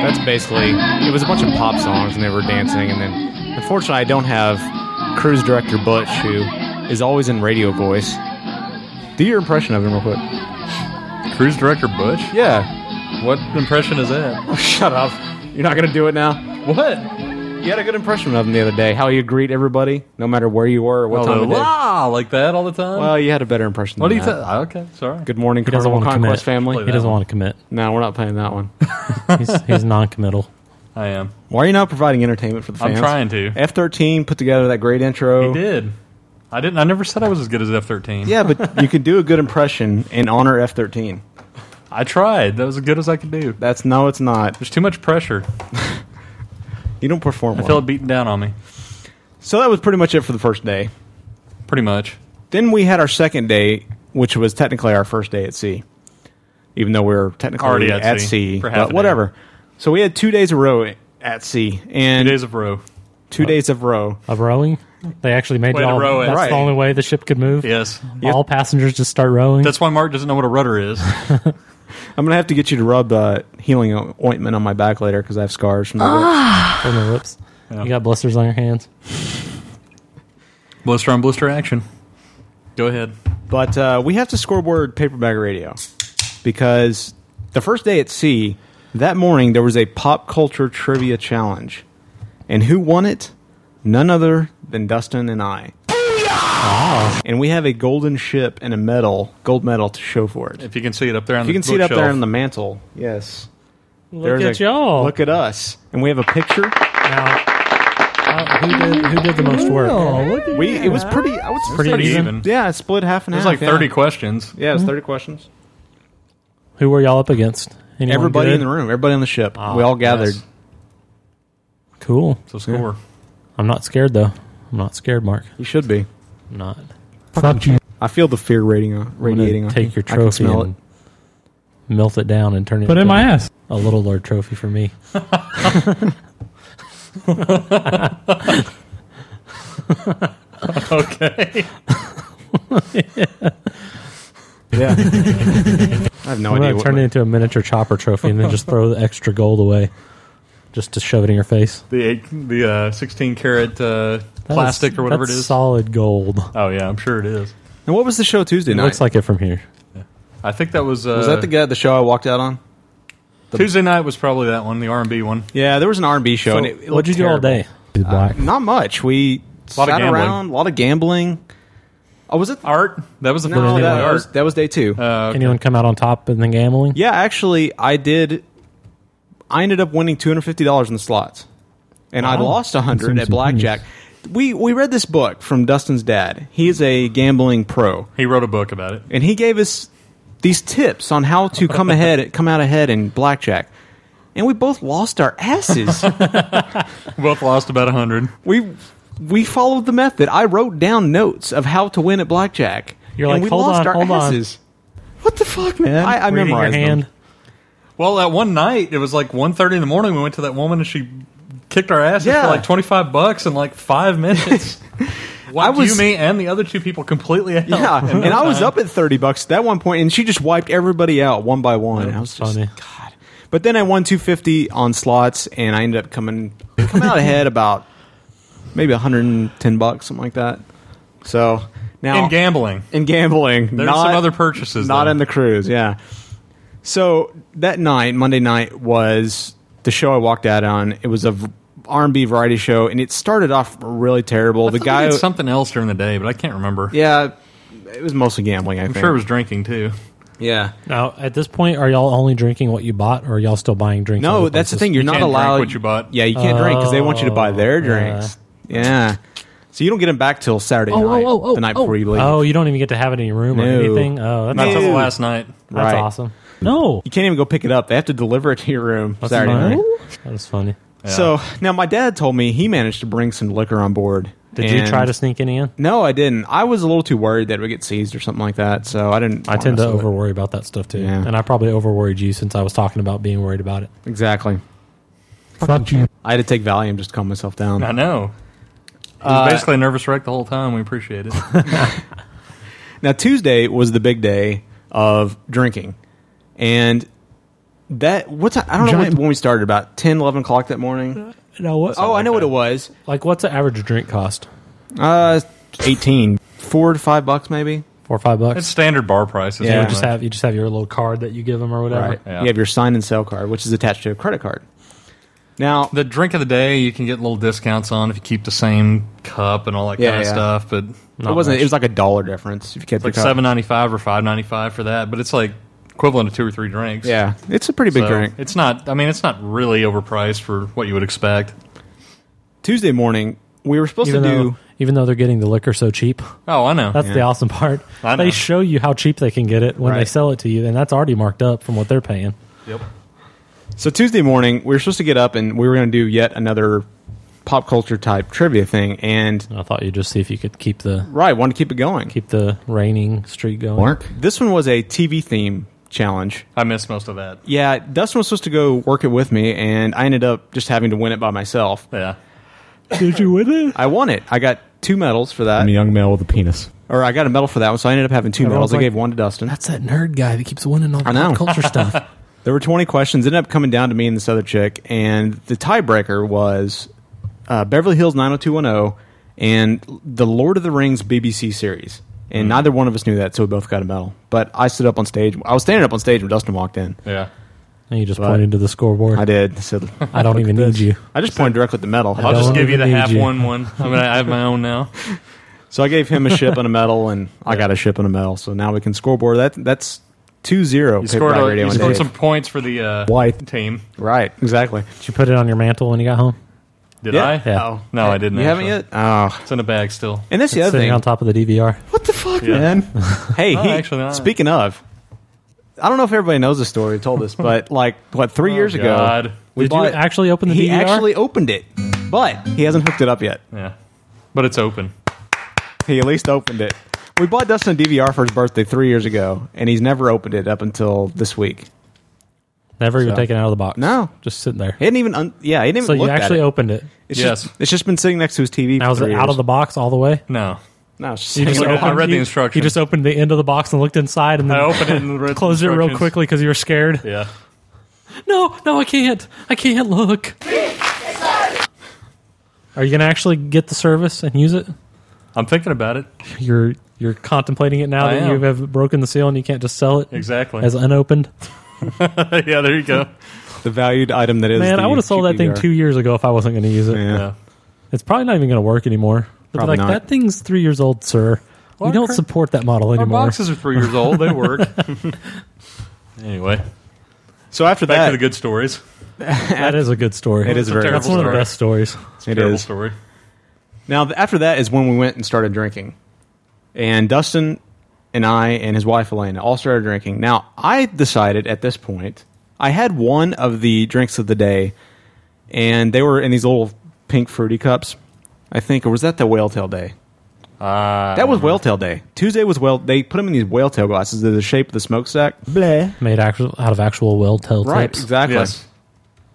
G: That's basically it was a bunch of pop songs, and they were dancing. And then, unfortunately, I don't have cruise director Butch, who is always in radio voice. Do your impression of him real quick.
J: Cruise director Butch?
G: Yeah.
J: What impression is that?
G: Oh, shut up! You're not gonna do it now.
J: What?
G: You had a good impression of him the other day. How you greet everybody, no matter where you were or what time
J: Although,
G: of day.
J: "Wah!" like that all the time?
G: Well, you had a better impression.
J: Oh, What do
G: than
J: you think?
G: that.
J: Okay, sorry.
G: Good morning,
J: He doesn't
G: Carnival
J: wanna
G: Conquest
J: commit.
G: family.
J: Play He doesn't that one.
M: wanna commit.
G: No, we're not playing that one.
M: he's, he's non-committal.
J: I am.
G: Why are you not providing entertainment for the
J: I'm
G: fans?
J: trying to.
G: F thirteen put together that great intro.
J: He did. I didn't. I never said I was as good as F thirteen.
G: Yeah, but you could do a good impression and honor F thirteen.
J: I tried. That was as good as I could do.
G: That's no, it's not.
J: There's too much pressure.
G: you don't perform.
J: I
G: well.
J: feel it beating down on me.
G: So that was pretty much it for the first day.
J: Pretty much.
G: Then we had our second day, which was technically our first day at sea, even though we were technically
J: Already at sea. For half a
G: but
J: day.
G: whatever. So we had two days a row at sea, and
J: Two days of row.
G: Two days of row.
M: Of rowing?
G: They actually
M: made
J: Way
M: it
J: to
M: all.
J: row it.
M: That's
J: Right.
M: the only way the ship could move.
J: Yes.
M: All passengers just start rowing.
J: That's why Mark doesn't know what a rudder is.
G: I'm gonna have to get you to rub uh, healing o- ointment on my back later because I have scars from the
J: Ah.
G: lips. From the lips.
J: Yeah.
G: You got blisters on your hands.
J: blister on blister action. Go ahead.
G: But uh, we have to scoreboard paperback radio because the first day at sea, that morning there was a pop culture trivia challenge, and who won it? None other than Dustin and I. And we have a golden ship and a medal, gold medal to show for it.
J: If you can see it up there on
G: If
J: the
G: you can see it up there
J: bookshelf.
G: on the mantle, yes.
J: Look
G: There's
J: at
G: a-
J: y'all.
G: Look at us, and we have a picture.
M: Uh, Who did, who did the most work?
G: we it was pretty. I would say
M: Pretty even.
G: Yeah, it split half and
J: It was
G: half.
J: like 30
G: yeah.
J: questions.
G: Yeah, it was
J: Mhm.
G: thirty questions.
H: Who were y'all up against? Anyone
G: everybody
H: good?
G: in the room, everybody on the ship.
J: Ah,
G: we all gathered.
H: Cool.
J: So score.
H: I'm not scared though. I'm not scared, Mark.
G: You should be.
H: not. Fuck you.
G: I feel the fear rating on radiating. on
H: Take
G: you.
H: your trophy
G: I can smell
H: and
G: it.
H: melt it down and turn it.
G: Put it in
H: into
G: my ass.
H: A little lord trophy for me.
J: okay.
G: Yeah. I have no
H: I'm
G: idea
H: Gonna
G: what
H: turn
G: my-
H: it into a miniature chopper trophy and then just throw the extra gold away, just to shove it in your face.
J: The eight, the uh, 16 karat uh,
H: That
J: plastic or whatever it
H: that's
J: is.
H: Solid gold.
J: Oh yeah, I'm sure it is.
G: And what was the show Tuesday
H: It
G: night?
H: looks like it from here.
J: I think that was. Uh,
G: was that the guy the show I walked out on? The-
J: Tuesday night was probably that one, the R and B one.
G: Yeah, there was an R and B show.
J: So,
G: Oh, and it, it
J: what'd
G: looked
J: you do all
G: terrible.
H: Did black.
G: Not much. We
J: Lot of
G: sat
J: gambling.
G: around. A lot of gambling. Oh, was it
J: art? That was the
G: no,
H: first day.
G: That
H: Art. Uh,
G: was, that was day two.
H: Anyone come out on top in the gambling?
G: Yeah, actually, I did. I ended up winning two hundred fifty dollars in the slots, and I
H: Wow.
G: lost a hundred
H: Seems
G: at blackjack. We we read this book from Dustin's dad. He is a gambling pro.
J: He wrote a book about it,
G: and he gave us these tips on how to come ahead, come out ahead in blackjack. And we both lost our asses.
J: Both lost about a hundred.
G: we we followed the method. I wrote down notes of how to win at blackjack.
H: You're
G: and
H: like,
G: we
H: "Hold
G: lost
H: on,
G: our
H: hold on."
G: asses. What the fuck, man? I, I
H: Reading your
G: memorized them.
H: hand.
J: Well, that one night it was like 1.30 in the morning. We went to that woman and she kicked our asses
G: Yeah.
J: for like twenty five bucks in like five minutes. Wiped
G: was-
J: you, me, and the other two people completely out.
G: Yeah,
H: Oh,
J: in no
G: and I was
J: time.
G: up at thirty bucks at that one point, and she just wiped everybody out one by one. I was just God. But then I won two fifty on slots, and I ended up coming coming out ahead about maybe hundred and ten bucks, something like that. So now
J: In gambling.
G: in gambling,
J: There's
G: not-
J: some other purchases.
G: not
J: though.
G: in the cruise, yeah. So that night, Monday night, was the show I walked out on. It was a v- R&B variety show, and it started off really terrible. the
J: I thought we
G: guy,
J: did something else during the day, but I can't remember.
G: yeah, it was mostly gambling. I
J: I'm
G: think.
J: sure it was drinking too.
G: Yeah.
H: Now, at this point, are y'all only drinking what you bought, or are y'all still buying drinks?
G: No,
H: other
G: that's the
H: places?
G: thing. You're not allowed. Yeah, you can't drink because they want you to buy their
H: Oh,
G: drinks. Yeah. So you don't get them back till Saturday
H: Oh,
G: night,
H: oh, oh, oh,
G: the night
H: oh.
G: before you leave.
H: Oh, you don't even get to have it in your room
G: No.
H: or anything. Oh, that's
G: Not till
H: awesome.
G: last
J: night.
H: That's
G: Right.
H: awesome. No,
G: You can't even go pick it up. They have to deliver it to your room
H: That's
G: Saturday
H: funny.
G: night.
H: That was funny.
G: So now my dad told me he managed to bring some liquor on board.
H: Did you try
G: and-
H: to sneak any in?
G: No, I didn't. I was a little too worried that it would get seized or something like that, so I didn't.
H: I tend to overworry about that stuff too, and I probably overworried you since I was talking about being worried about it.
G: Exactly.
H: Fuck you.
G: I had to take Valium just to calm myself down.
J: I know. He was
G: Uh,
J: basically a nervous wreck the whole time. We appreciate it.
G: Now Tuesday was the big day of drinking, and that what time? I don't know
H: Giant-
G: when, when we started. About 10, 11 o'clock that morning.
H: No, what?
G: Oh, I know what it was.
H: Like, what's the average drink cost?
G: Uh, eighteen, four to five bucks maybe.
H: Four or five bucks.
J: It's standard bar prices.
G: Yeah.
H: You just have you just have your little card that you give them or whatever.
G: Right. You have your sign and sale card, which is attached to a credit card. Now
J: the drink of the day, you can get little discounts on if you keep the same cup and all that
G: Yeah,
J: kind of
G: yeah.
J: stuff. But
G: it wasn't. It was like a dollar difference if you kept
J: like
G: your cup.
J: seven ninety five or five ninety five for that. But it's like equivalent to two or three drinks.
G: Yeah, it's a pretty big
J: So,
G: drink.
J: It's not. I mean, it's not really overpriced for what you would expect.
G: Tuesday morning, we were supposed
H: even
G: to
H: though,
G: do.
H: even though they're getting the liquor so cheap.
J: Oh, I know.
H: That's the awesome part.
J: I know.
H: They show you how cheap they can get it when they
G: Right.
H: sell it to you, and that's already marked up from what they're paying.
J: Yep.
G: So Tuesday morning, we were supposed to get up and we were going to do yet another pop culture type trivia thing. And
H: I thought you'd just see if you could keep the
G: right. Wanted to keep it going.
H: Keep the raining streak going.
G: This one was a TV theme challenge.
J: I missed most of that.
G: Yeah, Dustin was supposed to go work it with me, and I ended up just having to win it by myself.
J: Yeah.
G: Did you win it? I won it. I got two medals for that.
H: I'm a young male with a penis.
G: or I got a medal for that one, so I ended up having two
H: Everyone's
G: medals. I
H: like,
G: gave one to Dustin.
H: That's that nerd guy that keeps winning all
G: I know.
H: the culture stuff.
G: There were 20 questions. It ended up coming down to me and this other chick. And the tiebreaker was uh, Beverly Hills 90210 and the Lord of the Rings BBC series. And neither one of us knew that, so we both got a medal. But I stood up on stage. I was standing up on stage when Dustin walked in.
J: Yeah.
H: And you just
G: But-
H: pointed to the scoreboard.
G: I did. I said,
H: I don't
G: "Look at
H: even
G: this."
H: need you.
G: I just pointed directly at the medal.
J: I'll just give you the half
G: one.
J: one one. I mean, I have my own now.
G: So I gave him a ship and a medal, and I got a ship and a medal. So now we can scoreboard. That that's two zero.
J: You scored, a, you scored some points for the uh,
H: White.
J: team.
G: Right, exactly.
H: Did you put it on your mantle when you got home?
J: Did
G: Yeah.
J: I?
H: Yeah.
J: Oh. No, I didn't.
G: You haven't
J: actually.
G: yet. Oh,
J: it's in a bag still.
G: And that's the
H: It's
G: other
H: sitting
G: thing.
H: on top of the DVR.
G: What the fuck,
J: Yeah.
G: man? hey,
J: No,
G: he-
J: actually not.
G: speaking of, I don't know if everybody knows this story. I told this, but like what three years
J: Oh, God.
G: ago, we
J: Did you
G: bought-
J: actually open the
G: He
J: DVR?
G: actually opened it, but he hasn't hooked it up yet.
J: Yeah, but it's open.
G: He at least opened it. We bought Dustin a DVR for his birthday three years ago, and he's never opened it up until this week.
H: Never even
G: So-
H: taken out of the box.
G: No,
H: just sitting there.
G: He didn't even. Un- yeah, he didn't.
H: So
G: even
H: you
G: look
H: actually
G: at it.
H: opened it.
G: It's Just, it's just been sitting next to his TV.
H: Now
G: for
H: is it
G: three
H: out
G: years.
H: of the box all the way?
J: No.
G: No, it's just
H: You
G: hanging
H: just
G: out.
H: opened- you- You just opened the end of the box and looked inside, and then
J: I opened it and read the
H: closed it real
J: instructions.
H: quickly because you were scared.
J: Yeah.
H: No, no, I can't. I can't look. Are you gonna actually get the service and use it?
J: I'm thinking about it.
H: You're you're contemplating it now
J: I
H: that
J: am.
H: you have broken the seal and you can't just sell it
J: Exactly.
H: as unopened.
J: yeah, there you go.
G: the valued item that is.
H: Man,
G: the
H: I would have sold that thing
G: GPVR.
H: two years ago if I wasn't going to use it.
G: Yeah. Yeah.
H: It's probably not even going to work anymore. They'd be
G: Probably
H: like
G: not.
H: that thing's three years old, sir. we
J: Our
H: don't
J: cur-
H: support that model
J: Our
H: anymore.
J: boxes are three years old. They work. anyway,
G: so after
J: back
G: that-
J: to the good stories.
H: that is a good story.
G: It is a
H: That's
G: very good
H: That's one of the
G: story.
H: best stories.
J: It's
G: It
J: a terrible
G: is.
J: story.
G: Now, th- after that is when we went and started drinking. And Dustin and I and his wife Elena all started drinking. Now, I decided at this point, I had one of the drinks of the day, and they were in these little pink fruity cups, I think, or was that the whale tail day?
J: Uh,
G: that was whale tail day. Tuesday was whale. They put them in these whale tail glasses. They're the shape of the smokestack.
H: Bleh. Made actual, out of actual whale tail
G: Right,
H: tips.
G: exactly.
J: Yes.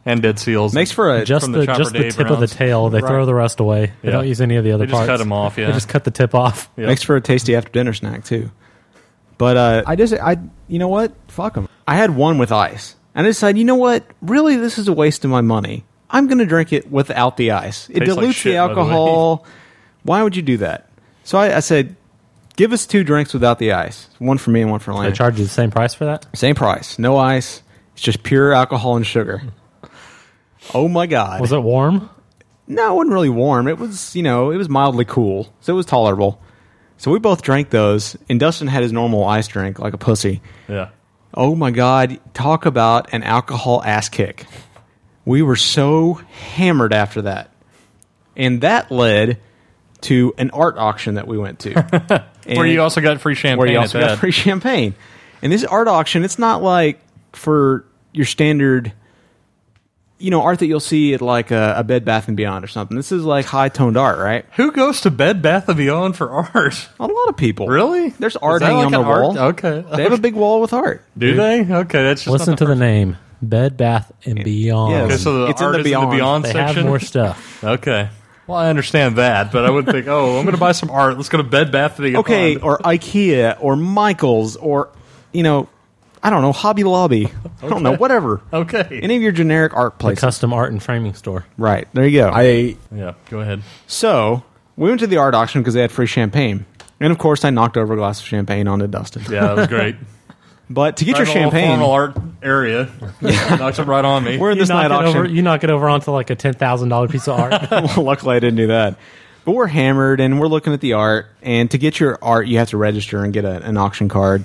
J: And dead seals.
G: Makes for a
H: Just
J: From
H: the,
J: the Chopper
H: just the
J: Dave
H: tip of the
J: rounds.
H: tail. They
G: Right.
H: throw the rest away. They
G: Yeah.
H: don't use any of the other
J: They just
H: parts.
J: cut 'em off, yeah.
H: They just cut the tip off.
G: Makes for a tasty after dinner snack too. But uh, I just I you know what? Fuck them. I had one with ice, and I decided you know what? Really, this is a waste of my money. I'm going to drink it without the ice. It
J: Tastes like
G: dilutes
J: shit,
G: the
J: by the way.
G: alcohol. Why would you do that? So I, I said, give us two drinks without the ice. One for me and one for
H: They
G: Lance.
H: charge you the same price for that.
G: Same price, no ice. It's just pure alcohol and sugar. Oh my god!
H: Was it warm?
G: No, it wasn't really warm. It was, you know, it was mildly cool, so it was tolerable. So we both drank those, and Dustin had his normal ice drink like a pussy.
J: Yeah.
G: Oh my God, talk about an alcohol ass kick. We were so hammered after that. And that led to an art auction that we went to. And-
J: Where you also got free champagne.
G: where you
J: at
G: also got
J: that.
G: free champagne. And this art auction, it's not like for your standard, you know, art that you'll see at like a, a Bed Bath and Beyond or something. This is like high toned art, right?
J: Who goes to Bed Bath and Beyond for art?
G: A lot of people.
J: Really?
G: There's
J: Is
G: art
J: that
G: hanging on
J: like an
G: the
J: art?
G: wall.
J: Okay.
G: They have a big wall with art.
J: Do they? Okay, that's just
H: Listen
J: not
H: to the name Bed, Bath, and Beyond.
G: Yes.
J: Okay, so the
G: It's in
J: art
G: the
J: is in
G: Beyond.
J: the Beyond
H: they
J: section.
H: have more stuff.
J: Okay. Well, I understand that, but I would think, oh, I'm going to buy some art. Let's go to Bed Bath and Beyond.
G: Okay, or IKEA or Michaels or, you know, I don't know, Hobby Lobby. I don't know, whatever.
J: Okay.
G: Any of your generic art
H: The
G: places.
H: custom art and framing store.
G: Right. There you go. I
J: yeah. Go ahead.
G: So we went to the art auction because they had free champagne, and of course I knocked over a glass of champagne onto Dustin.
J: Yeah, that was great.
G: But to get your
J: Right in the little
G: champagne,
J: Formal art area. Knocked it right on me.
G: we're in
H: You
G: this night
H: knock, it
G: auction.
H: over, you knock it over onto like a ten thousand dollar piece of art.
G: Well, Luckily, I didn't do that. But we're hammered and we're looking at the art. And to get your art, you have to register and get a, an auction card.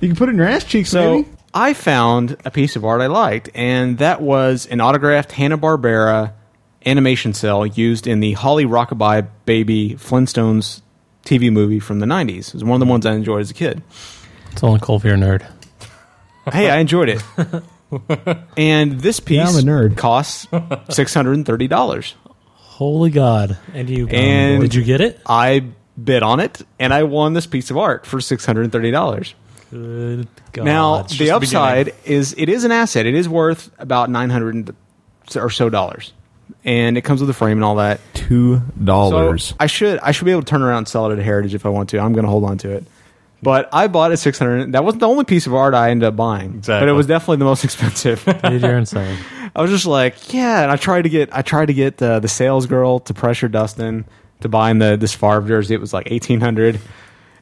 P: You can put it in your ass cheeks,
G: So
P: maybe.
G: I found a piece of art I liked, and that was an autographed Hanna Barbera animation cell used in the Holly Rockabye Baby Flintstones TV movie from the '90s. It was one of the ones I enjoyed as a kid.
H: it's only cool for your nerd.
G: hey, I enjoyed it. and this piece
P: Yeah, I'm a nerd.
G: costs six hundred and thirty dollars.
H: Holy God! And you
G: And-
H: did you get it?
G: I bid on it, and I won this piece of art for six hundred and thirty dollars.
H: Good God!
G: Now
H: It's
G: the
H: just
G: upside is it is an asset. It is worth about nine hundred or so dollars. and it comes with a frame and all that.
Q: Two
G: So I should I should be able to turn around and sell it at Heritage if I want to. I'm going to hold on to it. But I bought a 600. That wasn't the only piece of art I ended up buying.
J: Exactly.
G: But it was definitely the most expensive.
J: You're insane.
G: I was just like, yeah. And I tried to get I tried to get uh, the sales girl to pressure Dustin to buy him the this Favre jersey. It was like 1800.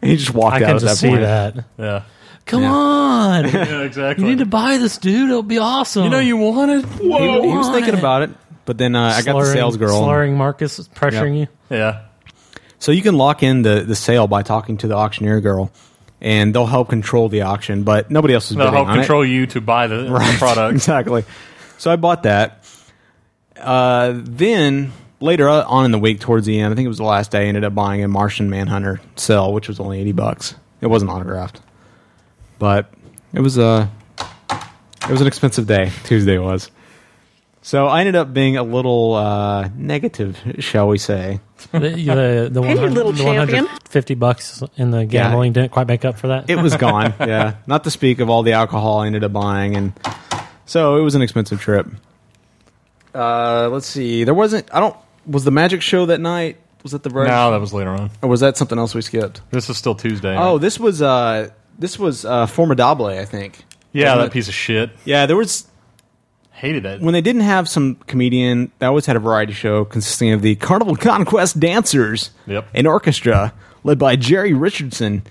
G: And he just walked
H: I
G: out
H: can
G: at
H: just
G: that
H: see
G: point.
H: that.
J: Yeah.
H: Come on.
J: Yeah, exactly.
H: You need to buy this, dude. It'll be awesome.
J: You know you wanted.
G: He, he was thinking about it, but then uh, I got the
H: Slurring-
G: sales girl.
H: Slurring Marcus is pressuring
G: Yep.
H: you.
J: Yeah.
G: So you can lock in the, the sale by talking to the auctioneer girl, and they'll help control the auction, but nobody else is
J: They'll
G: bidding
J: help
G: on it.
J: control you to buy the, the
G: Right,
J: product.
G: exactly. So I bought that. Uh, then later on in the week, towards the end, I think it was the last day, I ended up buying a Martian Manhunter cell, which was only eighty bucks. It wasn't autographed, but it was a it was an expensive day. Tuesday was. So I ended up being a little uh, negative, shall we say?
H: The, the, the,
G: Hey, you
H: 100
G: little
H: the
G: champion.
H: 150 bucks in the gambling didn't quite make up for that.
G: it was gone. yeah, not to speak of all the alcohol I ended up buying, and so it was an expensive trip. Uh, let's see. There wasn't. I don't. Was the magic show that night? Was that the Rush?
J: No, that was later on.
G: Or was that something else we skipped?
J: This is still Tuesday.
G: Oh, this was uh, this was uh, Formidable, I think.
J: yeah,
G: Wasn't
J: that
G: it?
J: piece of shit.
G: Yeah, there was.
J: Hated it.
G: When they didn't have some comedian, they always had a variety show consisting of the Carnival Conquest dancers,
J: Yep.
G: an orchestra led by Jerry Richardson.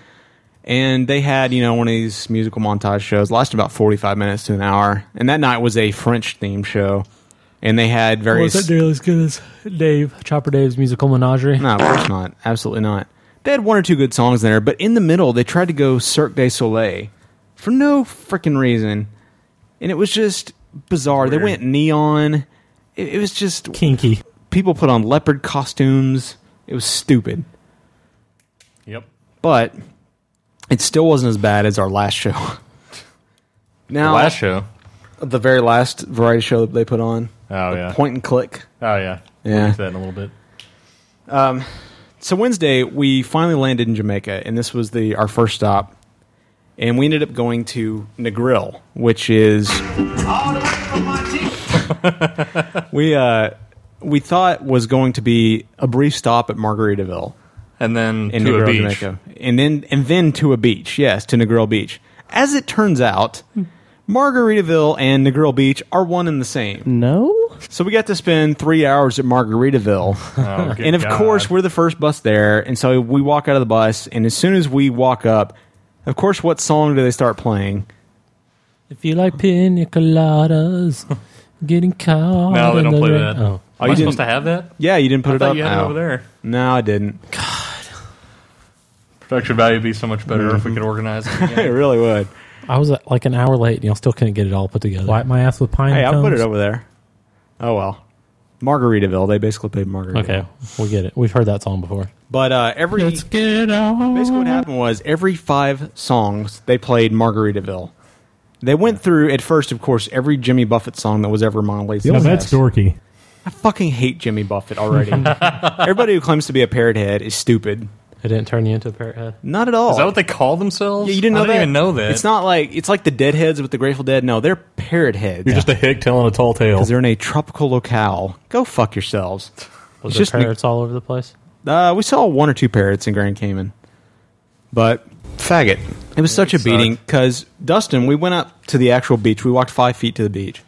G: And they had, you know, one of these musical montage shows, lasted about 45 minutes to an hour. And that night was a French themed show. And they had various.
H: Wasn't nearly as good as Dave Chopper Dave's musical menagerie.
G: No, of course not. Absolutely not. They had one or two good songs in there, but in the middle, they tried to go Cirque du Soleil for no freaking reason. And it was just bizarre. They went neon. It, it was just.
H: Kinky.
G: People put on leopard costumes. It was stupid.
J: Yep.
G: But it still wasn't as bad as our last show. now,
J: The last show?
G: The very last variety show that they put on.
J: Oh,
G: The
J: yeah.
G: Point and click.
J: Oh, yeah. We'll
G: Yeah.
J: get to that in a little bit.
G: Um, so Wednesday we finally landed in Jamaica, and this was the our first stop, and we ended up going to Negril, which is we uh, we thought was going to be a brief stop at Margaritaville,
J: and then
G: in
J: to a
G: Negril,
J: beach.
G: Jamaica, and then and then to a beach. Yes, to Negril Beach. As it turns out, Margaritaville and Negril Beach are one and the same.
R: No.
G: So we got to spend three hours at Margaritaville,
J: Oh,
R: good
G: and of
R: God.
G: course we're the first bus there. And so we walk out of the bus, and as soon as we walk up, of course, what song do they start playing?
H: If you like pina coladas, getting caught.
G: No, they
H: in
G: don't
H: the
G: play
H: rain-
G: that.
H: Oh.
G: Are you
J: Am I
G: didn't-
J: supposed to have that?
G: Yeah, you didn't put
J: I
G: it
J: thought
G: up.
J: you had it
G: No.
J: over there.
G: No, I didn't.
J: Production value would be so much better if we
H: Mhm.
J: could organize it.
G: it really would.
H: I was uh, like an hour late, and y'all still couldn't get it all put together. Wipe my ass with pine
G: Hey, I
H: cones.
G: put it over there. Oh well, Margaritaville. They basically played Margaritaville.
H: Okay, we get it. We've heard that song before.
G: But uh, every basically what happened was every five songs they played Margaritaville. They went through at first, of course, every Jimmy Buffett song that was ever mildly.
P: Now that's
G: successful.
P: dorky.
G: I fucking hate Jimmy Buffett already. Everybody who claims to be a parrot head is stupid.
H: It didn't turn you into a parrot head.
G: Not at all.
J: Is that what they call themselves?
G: Yeah, you didn't know
J: I didn't
G: that?
J: even know that.
G: It's not like it's like the Deadheads with the Grateful Dead. No, they're parrot heads.
J: You're
G: just
P: a hick telling a tall tale.
G: Because they're in a tropical locale. Go fuck yourselves.
H: Was
G: It's
H: there
G: just ne-
H: parrots all over the place?
G: Uh, we saw one or two parrots in Grand Cayman, but faggot. It was such a beating because Dustin. We went up to the actual beach. We walked five feet to the beach.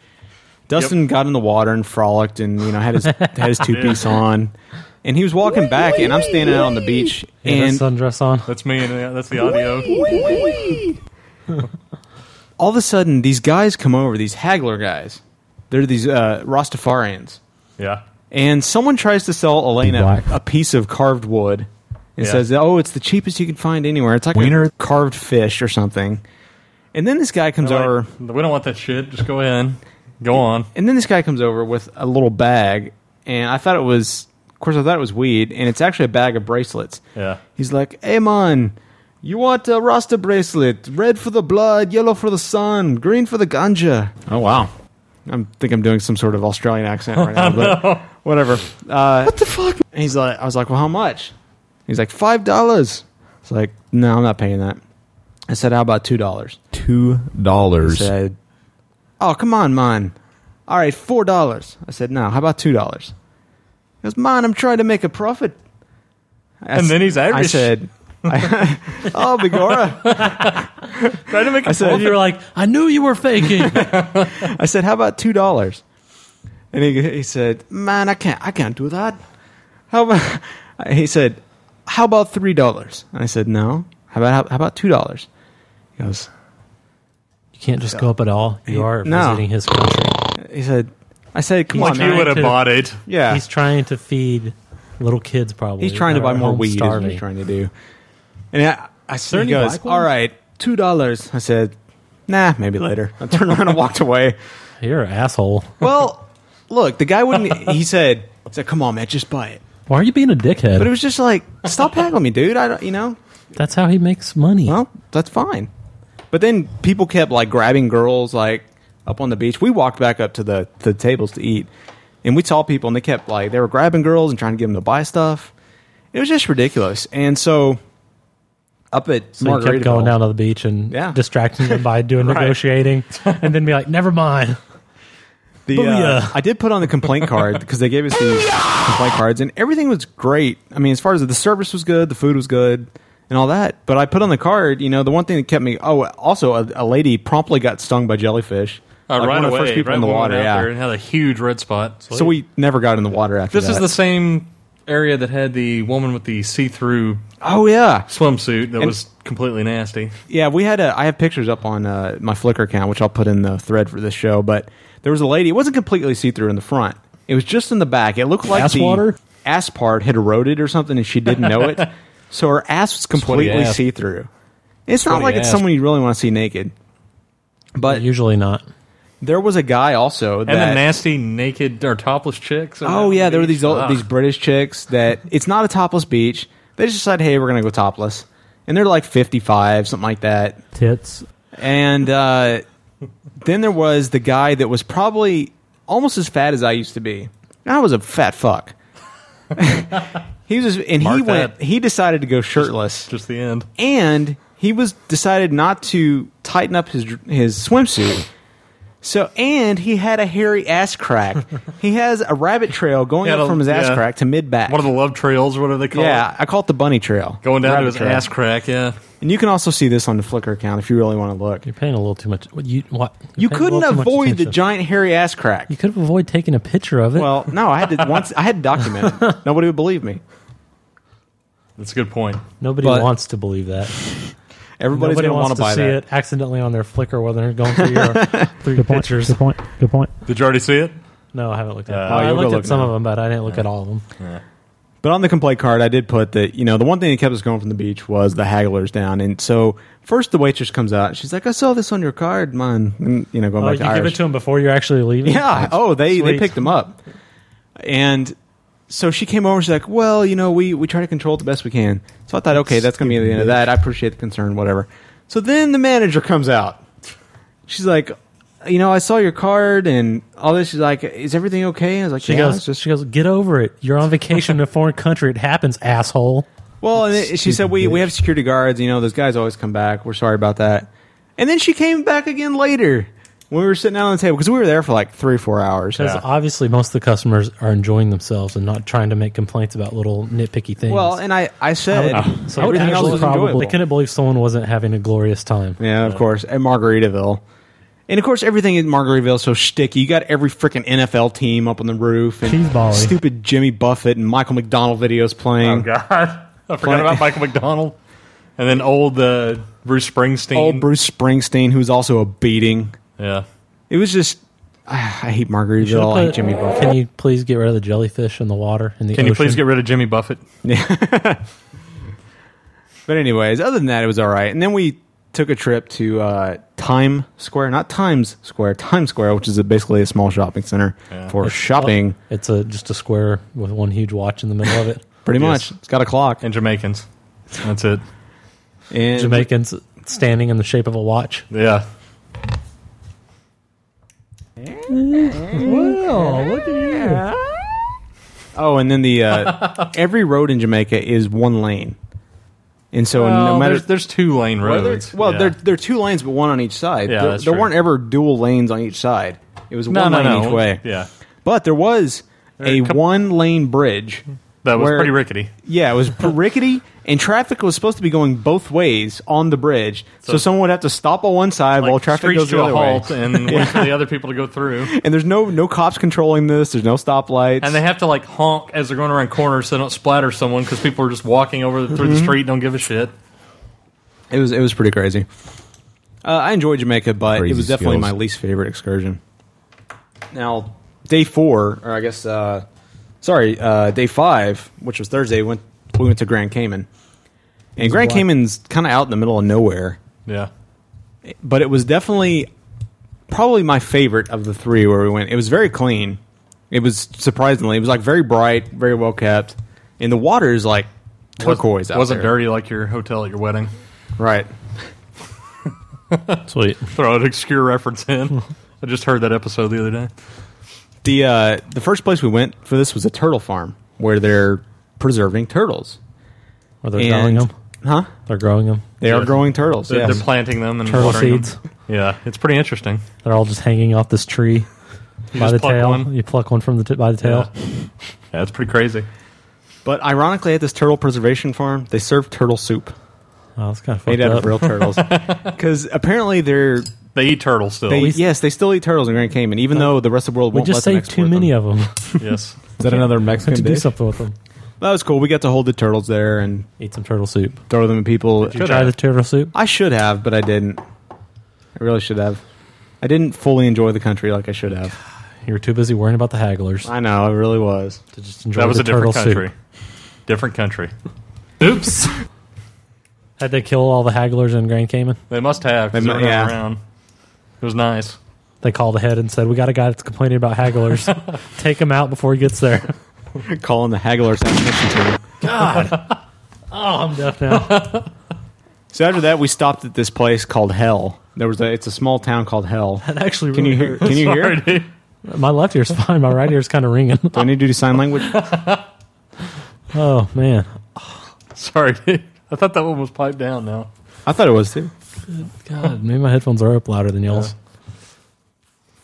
G: Dustin got in the water and frolicked, and you know had his had his two piece
H: Yeah.
G: on, and he was walking back, and I'm standing out on the beach,
H: Yeah,
G: and
H: that sundress on.
J: That's me, and the- that's the audio.
G: all of a sudden these guys come over, these haggler guys. They're these uh, Rastafarians.
J: Yeah.
G: And someone tries to sell Elena a piece of carved wood and
J: Yeah.
G: says, "Oh, it's the cheapest you can find anywhere. It's like a carved fish or something." And then this guy comes over.
J: We don't want that shit. Just go ahead. Go on.
G: And then this guy comes over with a little bag, and I thought it was, of course, I thought it was weed, and it's actually a bag of bracelets.
J: Yeah.
G: He's like, "Hey man, you want a Rasta bracelet? Red for the blood, yellow for the sun, green for the ganja." Oh wow! I think I'm doing some sort of Australian accent right now, but whatever. Uh, what the fuck? He's like, I was like, "Well, how much?" He's like, five dollars. It's like, no, I'm not paying that. I said, how about two dollars?
Q: Two dollars.
G: Said, oh come on, man. All right, four dollars. I said, no. How about two dollars? He goes, man, I'm trying to make a profit. I
J: And
G: s-
J: then he's
G: I
J: Irish.
G: said, oh, Begora.
J: Trying to make a
G: I said,
J: profit.
G: you were like, I knew you were faking. I said, how about two dollars? And he, he said, man, I can't, I can't do that. How about? He said, how about three dollars? And I said, no. How about how about two dollars? He goes,
H: You can't just go up at all. You are
G: no.
H: visiting his country.
G: He said, I said, come
H: He's
G: on,
H: trying
G: man.
H: to-
G: Yeah,
H: He's trying to feed little kids, probably.
G: He's trying to
H: that
G: buy
H: are at
G: more
H: home
G: weed. is what
H: Starving.
G: he's trying to do. And I, I
H: Is there
G: he
H: any
G: goes,
H: black ones?
G: all right, two dollars. I said, nah, maybe later. I turned around and walked away.
H: You're an asshole.
G: Well, look, the guy wouldn't. He said, he said, come on, man, just buy it.
H: Why are you being a dickhead?
G: But it was just like, stop haggling me, dude. I don't, you know.
H: That's how he makes money.
G: Well, that's fine. But then people kept like grabbing girls like up on the beach. We walked back up to the to the tables to eat, and we saw people, and they kept like they were grabbing girls and trying to get them to buy stuff. It was just ridiculous. And so up at
H: So you kept going
G: Margaritaville-
H: down to the beach and
G: Yeah.
H: distracting them by doing
G: Right.
H: negotiating, and then be like, "Never mind."
G: The, uh,
H: Booyah.
G: I did put on the complaint card because they gave us these complaint cards, and everything was great. I mean, as far as the service was good, the food was good, and all that. But I put on the card, you know, the one thing that kept me. Oh, also, a, a lady promptly got stung by jellyfish.
J: Uh,
G: Like,
J: right
G: one of
J: away,
G: the first people
J: right
G: in the
J: when we
G: water.
J: went out
G: Yeah.
J: there and had a huge red spot.
G: So we never got in the water after
J: This is
G: that.
J: the same area that had the woman with the see-through.
G: Oh yeah,
J: swimsuit that
G: And-
J: was completely nasty.
G: Yeah, we had a. I have pictures up on uh, my Flickr account, which I'll put in the thread for this show. But there was a lady. It wasn't completely see through in the front. It was just in the back. It looked like
H: Ass
G: the
H: water?
G: ass part had eroded or something, and she didn't know it. so her ass was completely
H: ass.
G: see through. It's not
H: Sweaty
G: like it's
H: ass.
G: someone you really want to see naked. But
H: usually not.
G: There was a guy also
J: And
G: that
J: the nasty naked or topless chicks.
G: Oh yeah, there were these old,
J: Ugh.
G: these British chicks that it's not a topless beach. They just decided, hey, we're gonna go topless, and they're like fifty five, something like that.
H: Tits.
G: And uh, then there was the guy that was probably almost as fat as I used to be. And I was a fat fuck. he was, and he
J: Mark
G: went. He decided to go shirtless. Just,
J: the end.
G: And he was decided not to tighten up his his swimsuit. So and he had a hairy ass crack. he has a rabbit trail going
J: Yeah,
G: up from his ass
J: yeah.
G: crack to mid back.
J: One of the love trails, what are they called?
G: Yeah, I call it the bunny trail.
J: Going down
G: Rabbit
J: to his
G: trail.
J: ass crack, yeah.
G: And you can also see this on the Flickr account if you really want to look. You're
H: paying a little too much. You what?
G: You
H: You're paying a
G: couldn't
H: little too much
G: avoid the
H: attention.
G: giant hairy ass crack. You
H: could avoid taking a picture of it.
G: Well, no, I had to once. I had to document it. Nobody would believe me.
J: That's a good point.
H: Nobody
G: But-
H: wants to believe that.
G: Everybody's
H: Nobody
G: gonna
H: wants
G: wanna buy
H: to see
G: that.
H: it accidentally on their Flickr while they're going through your through your pictures.
P: Good point. Good point.
J: Did you already see it?
H: No, I haven't looked at. it.
G: Oh,
H: I
G: you'll go
H: looked at
G: look
H: some
G: now.
H: of them, but I didn't look at all of them.
G: But on the complaint card, I did put that, you know, the one thing that kept us going from the beach was the hagglers down. And so first the waitress comes out. She's like, I saw this on your card, man. And, you know, going
H: Oh,
G: back
H: you
G: to
H: give
G: Irish.
H: it to them before you're actually leaving.
G: Yeah. Oh, they, they
H: Sweet.
G: picked them up. And so she came over. She's like, well, you know, we, we try to control it the best we can. So I thought, okay, that's going to be the end of that. I appreciate the concern, whatever. So then the manager comes out. She's like, you know, I saw your card and all this. She's like, is everything okay? I was like,
H: She
G: "Yeah,
H: goes.
G: it's just
H: she goes. Get over it. You're on vacation in a foreign country. It happens, asshole.
G: Well, and it, she said we, we have security guards. You know, those guys always come back. We're sorry about that. And then she came back again later when we were sitting down on the table because we were there for like three or four hours.
H: Because obviously, most of the customers are enjoying themselves and not trying to make complaints about little nitpicky things.
G: Well, and I, I said
H: I would,
G: so
H: I would
G: everything else
H: actually
G: was
H: probably.
G: enjoyable.
H: I couldn't believe someone wasn't having a glorious time.
G: Yeah, of course, at Margaritaville. And of course, everything in Margaritaville is so shticky. You got every freaking NFL team up on the roof, and
H: Cheese volley.
G: stupid Jimmy Buffett and Michael McDonald videos playing.
J: Oh, God. I
G: Point-
J: forgot about Michael McDonald. And then old uh, Bruce Springsteen.
G: Old Bruce Springsteen, who's also a beating.
J: Yeah.
G: It was just, I hate
H: You should've
G: Margaritaville. I hate
H: put-
G: Jimmy Buffett.
H: Can you please get rid of the jellyfish in the water in the
J: Can you please
H: ocean?
J: get rid of Jimmy Buffett?
G: But anyways, other than that, it was all right. And then we took a trip to uh, Time Square, not Times Square, Times Square, which is a, basically a small shopping center for
H: It's-
G: shopping.
H: It's a just a square with one huge watch in the middle of it.
G: Pretty
J: Yes.
G: much, it's got a clock.
J: And Jamaicans. That's it.
G: And
H: Jamaicans standing in the shape of a watch.
J: Yeah.
H: Well, look at you.
G: Oh, and then the uh, every road in Jamaica is one lane, and so Oh, no
J: Well,
G: matter
J: there's, there's two lane
G: Well, there-
J: roads.
G: well,
J: yeah.
G: there there are two lanes, but one on each side.
J: Yeah,
G: there
J: that's
G: there
J: true.
G: weren't ever dual lanes on each side. It was
J: No,
G: one
J: no,
G: lane
J: no.
G: each way.
J: Yeah.
G: But there was a one lane bridge.
J: That was
G: where-
J: pretty rickety.
G: Yeah, it was pr- rickety, and traffic was supposed to be going both ways on the bridge. So,
J: So-
G: someone would have to stop on one side while traffic
J: Screech
G: goes
J: to
G: the
J: a
G: other
J: halt
G: way.
J: and
G: Yeah.
J: wait for the other people to go through.
G: And there's no no cops controlling this. There's no stoplights.
J: And they have to like honk as they're going around corners so they don't splatter someone because people are just walking over through the
G: Mhm.
J: street and don't give a shit.
G: It was it was pretty crazy. Uh, I enjoyed Jamaica, but it was definitely my least favorite excursion. Now, day four, or I guess, uh, sorry, uh, day five, which was Thursday, went we went to Grand Cayman, and
J: Is
G: Grand
J: what?
G: Cayman's kind of out in the middle of nowhere,
J: Yeah.
G: but it was definitely probably my favorite of the three where we went. It was very clean. It was surprisingly, it was like very bright, very well kept, and the water is like turquoise.
J: Was,
G: out
J: wasn't
G: there.
J: dirty like your hotel at your wedding.
G: Right.
J: Sweet. Throw an obscure reference in. I just heard that episode the other day.
G: The uh, the first place we went for this was a turtle farm where they're preserving turtles.
H: Are they growing them?
G: Huh?
H: They're growing them.
G: They are growing turtles.
J: They're,
G: yes.
J: they're planting them and
H: Turtle
J: watering them.
H: seeds.
J: Yeah, it's pretty interesting.
H: They're all just hanging off this tree
J: You
H: by
J: just
H: the
J: pluck
H: tail.
J: one.
H: You pluck one from the t- by the tail.
J: Yeah. yeah, it's pretty crazy.
G: But ironically, at this turtle preservation farm, they serve turtle soup.
H: Oh, that's kind of
G: Made out of real turtles. Because apparently they're
J: they eat turtles still.
G: They, yes, they still eat turtles in Grand Cayman, even though the rest of the world
H: We
G: won't
H: just
G: let them
H: saved
G: export
H: too many of them.
J: Yes.
H: Is that another Mexican to do
G: dish?
H: something with them?
G: That was cool. We got to hold the turtles there and
H: eat some turtle soup.
G: Throw them at people.
H: you Should try have. the turtle soup?
G: I should have, but I didn't. I really should have. I didn't fully enjoy the country like I should have.
H: You were too busy worrying about the hagglers.
G: I know. I really was.
H: To just enjoy
J: That was
H: the
J: a different
H: turtle
J: country.
H: soup.
J: Different country. Oops.
H: Had they kill all the hagglers in Grand Cayman?
J: They must have. 'cause
H: They
J: They
H: mu-
J: were
H: yeah.
J: around. It was nice.
H: They called ahead and said, "We got a guy that's complaining about hagglers. Take him out before he gets there."
G: Calling the hagglers out mission team.
H: God. oh, I'm deaf now.
G: So after that, we stopped at this place called Hell. There was a, it's a small town called Hell.
H: That actually
G: can you
H: really
G: hear?
H: hurts.
G: Can you hear?
H: Sorry, dude. My left ear's fine. My right ear's kind of ringing. Do
G: I need to do sign language?
H: oh man,
J: Sorry, dude. I thought that one was piped down now.
G: I thought it was too.
H: God, maybe my headphones are up louder than y'all's.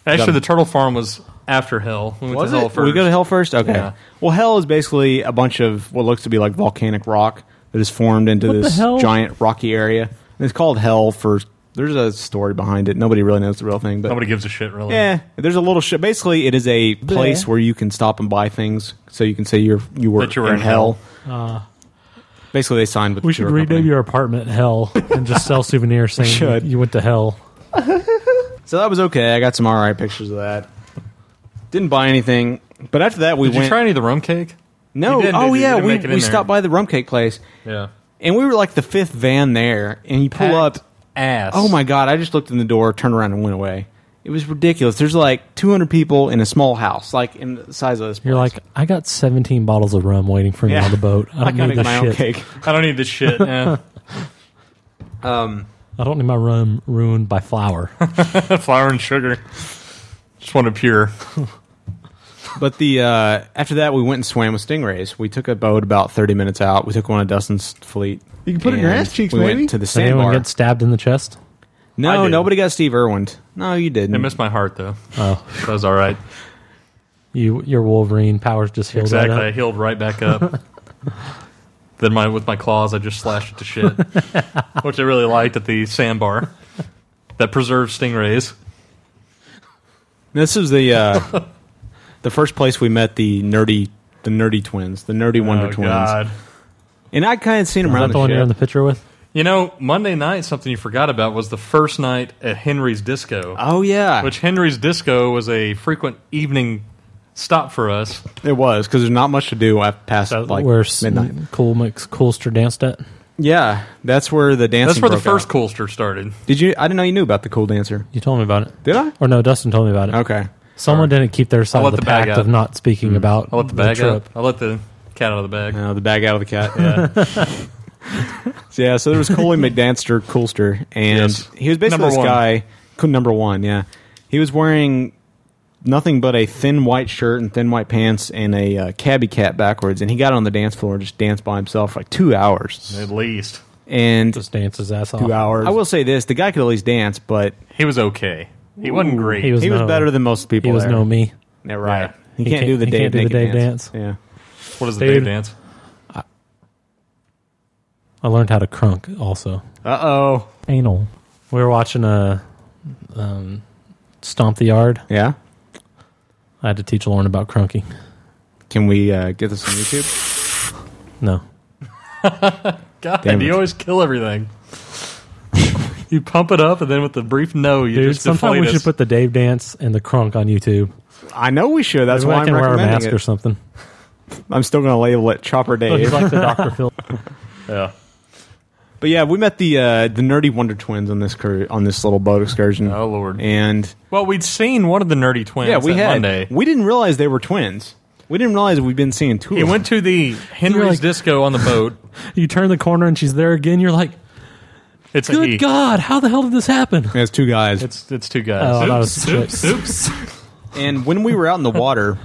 J: Actually,
G: Dumb.
J: the turtle farm was after Hell. We went
G: Was
J: to Hell
G: it?
J: first.
G: We go to hell first. Okay.
J: Yeah.
G: Well, hell is basically a bunch of what looks to be like volcanic rock that is formed into
J: What the
G: this
J: hell?
G: giant rocky area. And it's called hell for. There's a story behind it. Nobody really knows the real thing, but
J: Nobody gives a shit, really.
G: Yeah, there's a little shit. Basically, it is a place where you can stop and buy things, so you can say you're you were,
J: That you were in
G: hell.
H: Uh,
G: Basically, they signed with.
H: we
G: the
H: should
G: tour
H: rename
G: company.
H: your apartment Hell and just sell souvenirs saying
G: should.
H: you went to Hell.
G: So that was okay. I got some all right pictures of that. Didn't buy anything, but after that we
J: Did you
G: went.
J: try any of the rum cake?
G: No.
J: You didn't,
G: oh
J: did you? You
G: yeah,
J: didn't
G: we,
J: make it in
G: we
J: there.
G: stopped by the rum cake place.
J: Yeah.
G: And we were like the fifth van there, and you pull up.
J: Ass.
G: Oh my god! I just looked in the door, turned around, and went away. It was ridiculous. There's like 200 people in a small house, like in the size of this.
H: You're like, I got 17 bottles of rum waiting for me
G: Yeah.
H: on the boat. I
G: I
H: don't
G: gotta
H: need
G: get
H: this
G: my
H: shit.
G: own cake.
J: I don't need this shit. Yeah.
G: um,
H: I don't need my rum ruined by flour.
J: Flour and sugar. Just want a pure.
G: But the uh, after that, we went and swam with stingrays. We took a boat about 30 minutes out. We took one of Dustin's fleet.
H: You can put it in your ass cheeks,
G: We
H: maybe.
G: went to the
H: Did anyone
G: sandbar.
H: get stabbed in the chest?
J: I
G: No,
J: did.
G: nobody got Steve Irwin. No, you didn't.
J: It missed my heart though.
H: Oh.
J: that was all right.
H: You, your Wolverine powers just healed right
J: exactly. I
H: up.
J: healed right back up. then my with my claws, I just slashed it to shit, which I really liked at the sandbar that preserves stingrays.
G: This is the uh, the first place we met the nerdy the nerdy twins, the nerdy Wonder
J: Oh,
G: twins.
J: God.
G: And I kind of seen them
H: Is
G: around
H: that the one
G: ship.
H: you're in the picture with?
J: You know, Monday night, something you forgot about was the first night at Henry's Disco.
G: Oh yeah,
J: which Henry's Disco was a frequent evening stop for us.
G: It was because there's not much to do af- past like
H: Where s-
G: midnight.
H: Cool Mix Coolster danced at?
G: Yeah, that's where the dancing.
J: That's where the
G: broke out.
J: first Coolster started.
G: Did you? I didn't know you knew about the cool dancer.
H: You told me about it.
G: Did I?
H: Or no, Dustin told me about it.
G: Okay.
H: Someone didn't keep their side
J: I'll
H: of
J: let
H: the,
J: the bag
H: pact
J: out.
H: of not speaking
G: Hmm.
H: about
J: I let the bag
H: trip.
J: out. I let the cat out of the bag.
G: No, the bag out of the cat.
J: Yeah.
G: Yeah, so there was Coley McDanster Coolster, and he was basically
J: Number
G: this
J: one.
G: guy, co- number one, yeah. He was wearing nothing but a thin white shirt and thin white pants and a uh, cabbie cap backwards, and he got on the dance floor and just danced by himself for like two hours.
J: At least.
G: And
H: just danced his ass off.
G: Two hours. I will say this: the guy could at least dance, but
J: he was okay. He wasn't great.
G: He was, better than most people.
J: He was
G: there.
J: no
H: me.
G: Yeah, right.
J: He
G: He, can't,
J: can't-
G: do the
J: he
G: Dave,
J: can't do the
G: Naked
J: Dave
G: dance. Yeah.
J: What is the
H: Dude.
J: Dave dance?
H: I learned how to crunk also.
G: Uh oh.
H: Anal. We were watching a um, Stomp the Yard.
G: Yeah.
H: I had to teach Lauren about crunking.
G: Can we uh, get this on YouTube?
H: No.
J: God,
H: Damn
J: you
H: it.
J: always kill everything. you pump it up, and then with the brief no, you
H: Dude,
J: just
H: sometime
J: deflate
H: we
J: us.
H: should put the Dave dance and the crunk on YouTube.
G: I know we should. That's
H: Maybe
G: why
H: I
G: I'm
H: can wear a
G: recommending
H: mask
G: it.
H: or something.
G: I'm still going to label it Chopper
J: Oh,
G: Dave.
H: Looks like the Dr. Phil.
J: Yeah.
G: But yeah, we met the uh, the nerdy Wonder Twins on this cru- on this little boat excursion. Oh
J: lord!
G: And
J: well, we'd seen one of the nerdy twins.
G: yeah, we
J: that
G: had
J: Monday.
G: we didn't realize they were twins. We didn't realize we'd been seeing two.
J: He
G: of
J: went to the Henry's Disco on the boat.
H: You turn the corner and she's there again. You're like,
J: It's E." a he.
H: good God, how the hell did this happen?
G: It's two guys.
J: It's it's two
H: Oh, I
J: guys.
H: thought it was Oops,
J: oops.
G: and when we were out in the water,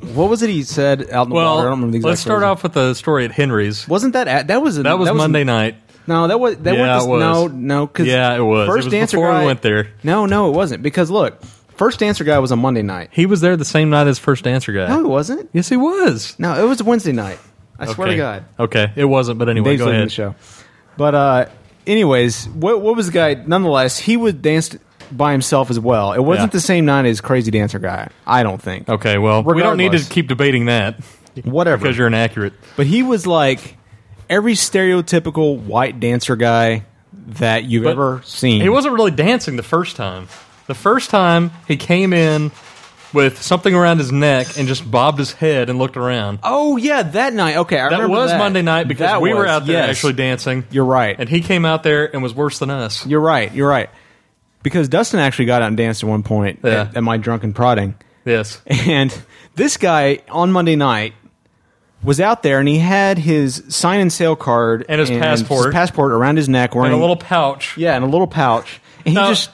G: what was it he said out in the
J: Well,
G: water? I don't remember the exact
J: let's start
G: phrase.
J: off with the story at Henry's.
G: Wasn't that at, that was
J: that was Monday night?
G: No, that was that
J: Yeah,
G: was,
J: it was.
G: no no because
J: Yeah, it was. It
G: first
J: was
G: dancer
J: before we
G: guy
J: went there.
G: No, no, it wasn't because look, first dancer guy was on Monday night.
J: He was there the same night as first dancer guy.
G: No, it wasn't.
J: Yes, he was.
G: No, it was Wednesday night. I swear to
J: Okay.
G: God.
J: Okay, it wasn't. But anyway,
G: Dave's
J: go
G: leaving
J: ahead.
G: the show. But uh, anyways, what what was the guy? Nonetheless, he would dance by himself as well. It wasn't
J: Yeah.
G: the same night as Crazy Dancer guy. I don't think.
J: Okay, well, we don't need
G: Regardless.
J: to keep debating that.
G: Whatever.
J: because you're inaccurate.
G: But he was like every stereotypical white dancer guy that you've
J: But
G: ever seen.
J: He wasn't really dancing the first time. The first time he came in with something around his neck and just bobbed his head and looked around.
G: Oh yeah, that night. Okay, I
J: that
G: remember
J: was
G: that.
J: Monday night because
G: That
J: we were
G: was,
J: out there
G: yes.
J: actually dancing.
G: You're right.
J: And he came out there and was worse than us.
G: You're right. You're right. Because Dustin actually got out and danced at one point
J: Yeah.
G: at, at my drunken prodding.
J: Yes.
G: And this guy on Monday night was out there and he had his sign and sale card
J: And his passport.
G: passport around his neck wearing
J: And a little pouch.
G: Yeah, and a little pouch. And he just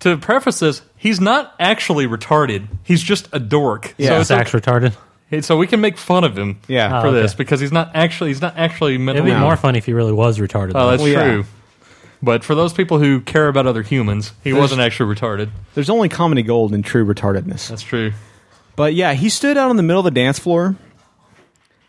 J: to preface this, he's not actually retarded. He's just a dork.
H: Yeah, it's
J: actually
H: actually retarded.
J: so we can make fun of him.
H: Yeah.
J: for
H: Oh,
J: this
H: okay.
J: because he's not actually he's not actually
H: It'd
J: mentally.
H: be more funny if he really was retarded.
J: Oh,
H: though.
J: that's true. But for those people who care about other humans, he
G: There's-
J: wasn't actually retarded.
G: There's only comedy gold in true retardedness. That's
J: true.
G: But yeah, he stood out on the middle of the dance floor,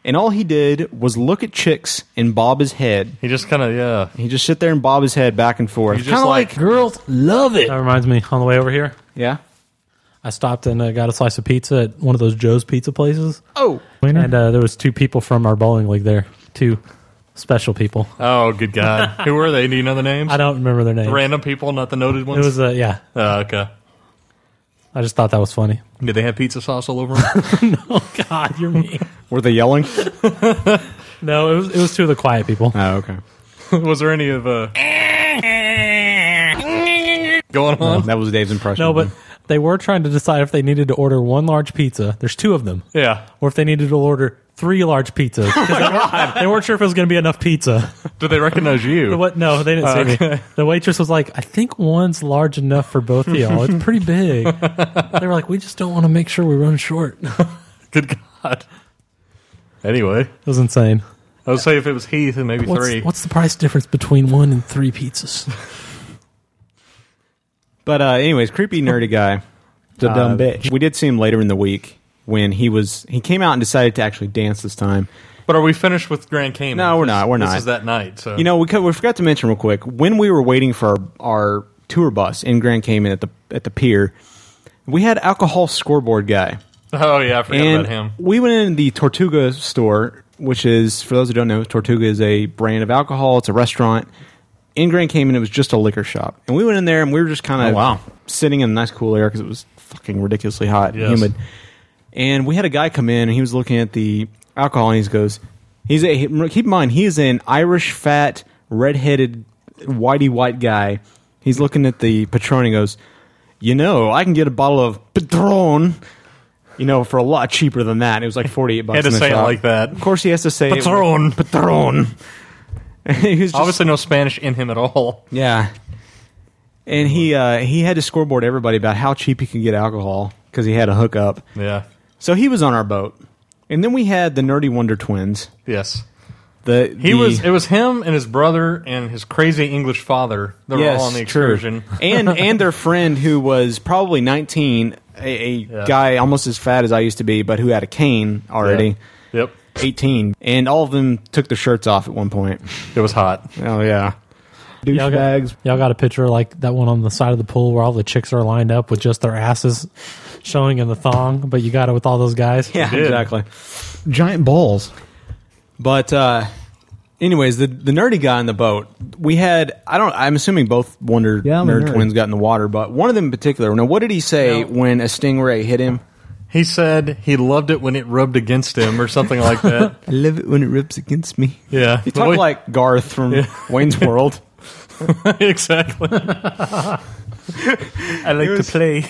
G: and all he did was look at chicks and bob his head.
J: He just kind of yeah.
G: He just sit there and bob his head back and forth,
H: He's
G: kind
H: just
G: of
H: like-
G: like, girls love it.
H: That reminds me, on the way over here,
G: Yeah.
H: I stopped and uh, got a slice of pizza at one of those Joe's Pizza places.
G: Oh,
H: and uh, there was two people from our bowling league there. Two special people.
J: Oh, good God! who were they? Do you know the names?
H: I don't remember their names.
J: Random people, not the noted ones.
H: It was, uh, yeah.
J: Oh, okay.
H: I just thought that was funny.
J: Did they have pizza sauce all over them?
H: no, Oh, God, you're mean.
G: Were they yelling?
H: no, it was it was two of the quiet people.
G: Oh, okay.
J: was there any of uh, going on?
G: that was Dave's impression.
H: No, but they were trying to decide if they needed to order one large pizza. There's two of them.
J: Yeah.
H: Or if they needed to order three large pizzas. 'Cause they, weren't, they weren't sure if it was going to be enough pizza.
J: Did they recognize you?
H: The what? No, they didn't
J: Oh,
H: see me.
J: okay.
H: The waitress was like, "I think one's large enough for both of y'all. It's pretty big." they were like, "We just don't want to make sure we run short."
J: Good God. Anyway, it
H: was insane.
J: I would say if it was Heath and maybe
H: What's,
J: three.
H: what's the price difference between one and three pizzas?
G: But uh, anyways, creepy nerdy guy,
H: The dumb
G: Uh,
H: bitch.
G: We did see him later in the week when he was he came out and decided to actually dance this time.
J: But are we finished with Grand Cayman?
G: No, we're not. We're
J: this
G: not.
J: is that night. So
G: You know, we, co- we forgot to mention real quick when we were waiting for our, our tour bus in Grand Cayman at the at the pier, we had alcohol scoreboard guy.
J: Oh yeah, I forgot
G: and
J: about him.
G: We went in the Tortuga store, which is for those who don't know, Tortuga is a brand of alcohol. It's a restaurant in Grand Cayman. It was just a liquor shop, and we went in there and we were just kind of
J: Oh, wow.
G: sitting in a nice cool air because it was fucking ridiculously hot
J: Yes.
G: and humid. And we had a guy come in and he was looking at the alcohol and he goes, he's a keep in mind he is an Irish fat redheaded whitey white guy. He's looking at the Patron and goes, you know, I can get a bottle of Patron. You know, for a lot cheaper than that, it was like forty-eight bucks.
J: Had to
G: in the
J: say it
G: shop.
J: like that.
G: Of course, he has to say it-
J: Patron.
G: Patron. he was just-
J: Obviously, no Spanish in him at all.
G: yeah. And he uh, he had to scoreboard everybody about how cheap he could get alcohol because he had a hookup.
J: Yeah.
G: So he was on our boat, and then we had the Nerdy Wonder Twins.
J: Yes.
G: The
J: He
G: the-
J: was. It was him and his brother and his crazy English father. They were
G: yes,
J: all on the
G: true.
J: excursion.
G: and and their friend who was probably nineteen, a, a
J: Yeah.
G: guy almost as fat as I used to be, but who had a cane already.
J: Yep.
G: Eighteen, and all of them took their shirts off at one point.
J: It was hot.
G: Oh yeah,
H: Y'all got, y'all got a picture like that one on the side of the pool where all the chicks are lined up with just their asses showing in the thong, but you got it with all those guys.
G: Yeah, exactly.
P: Giant balls.
G: But uh, anyways, the the nerdy guy in the boat, we had I don't I'm assuming both wonder
P: I'm a
G: nerd,
P: nerd.
G: twins got in the water, but one of them in particular. Now, what did he say when a stingray hit him?
J: He said he loved it when it rubbed against him or something like that.
G: I love it when it rips against me.
J: Yeah.
G: he talked
J: Well, we-
G: like Garth from
J: Yeah.
G: Wayne's World.
J: exactly. I like to play.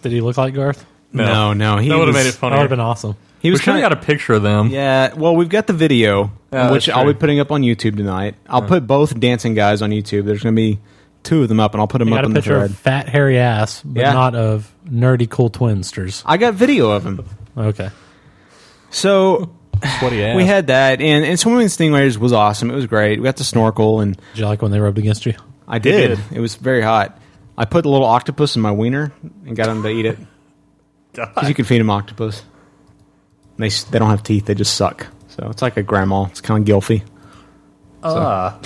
H: Did he look like Garth?
G: No, no, he
J: that would have
G: was-
J: made it funny.
H: That would have been awesome.
G: He was
J: we should have
G: kinda-
J: got a picture of them.
G: Yeah, well, we've got the video,
J: Yeah,
G: which
J: that's
G: I'll
J: true.
G: be putting up on YouTube tonight. I'll
J: Yeah.
G: put both dancing guys on YouTube. There's going to be two of them up, and I'll put them
H: You
G: up
H: got a
G: on the
H: picture
G: thread.
H: of fat hairy ass, but
G: Yeah.
H: not of nerdy cool twinsters.
G: I got video of him.
H: Okay.
G: So we had that, and, and swimming with stingrays was awesome. It was great. We got to snorkel, and
H: did you like when they rubbed against you?
G: I
H: They
G: did.
H: did.
G: It was very hot. I put a little octopus in my wiener and got him to eat it. Because you can feed them octopus. They s- they don't have teeth. They just suck. So it's like a grandma. It's kind of gilfy.
J: Ah.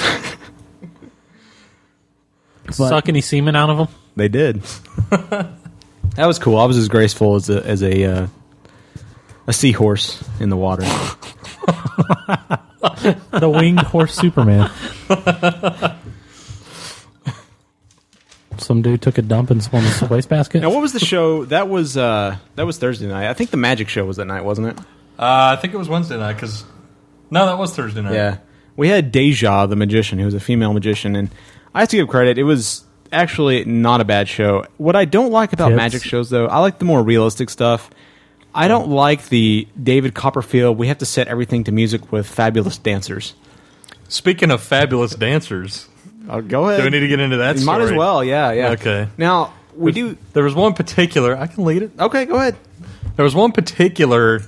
H: Suck any semen out of them?
G: They did. that was cool. I was as graceful as a as a uh, a seahorse in the water.
H: the winged horse Superman. Some dude took a dump and swung his wastebasket.
G: now, what was the show? That was uh, that was Thursday night. I think the magic show was that night, wasn't it?
J: Uh, I think it was Wednesday night because no, that was Thursday night.
G: Yeah. We had Deja, the magician, who was a female magician, and I have to give credit. It was actually not a bad show. What I don't like about
H: Tips.
G: magic shows, though, I like the more realistic stuff. I don't like the David Copperfield, we have to set everything to music with fabulous dancers.
J: Speaking of fabulous dancers,
G: I'll Uh, go ahead.
J: Do we need to get into that?
G: You might as
J: story?
G: well, yeah, yeah.
J: Okay.
G: Now we do.
J: There was one particular. I can lead it.
G: Okay, go ahead.
J: There was one particular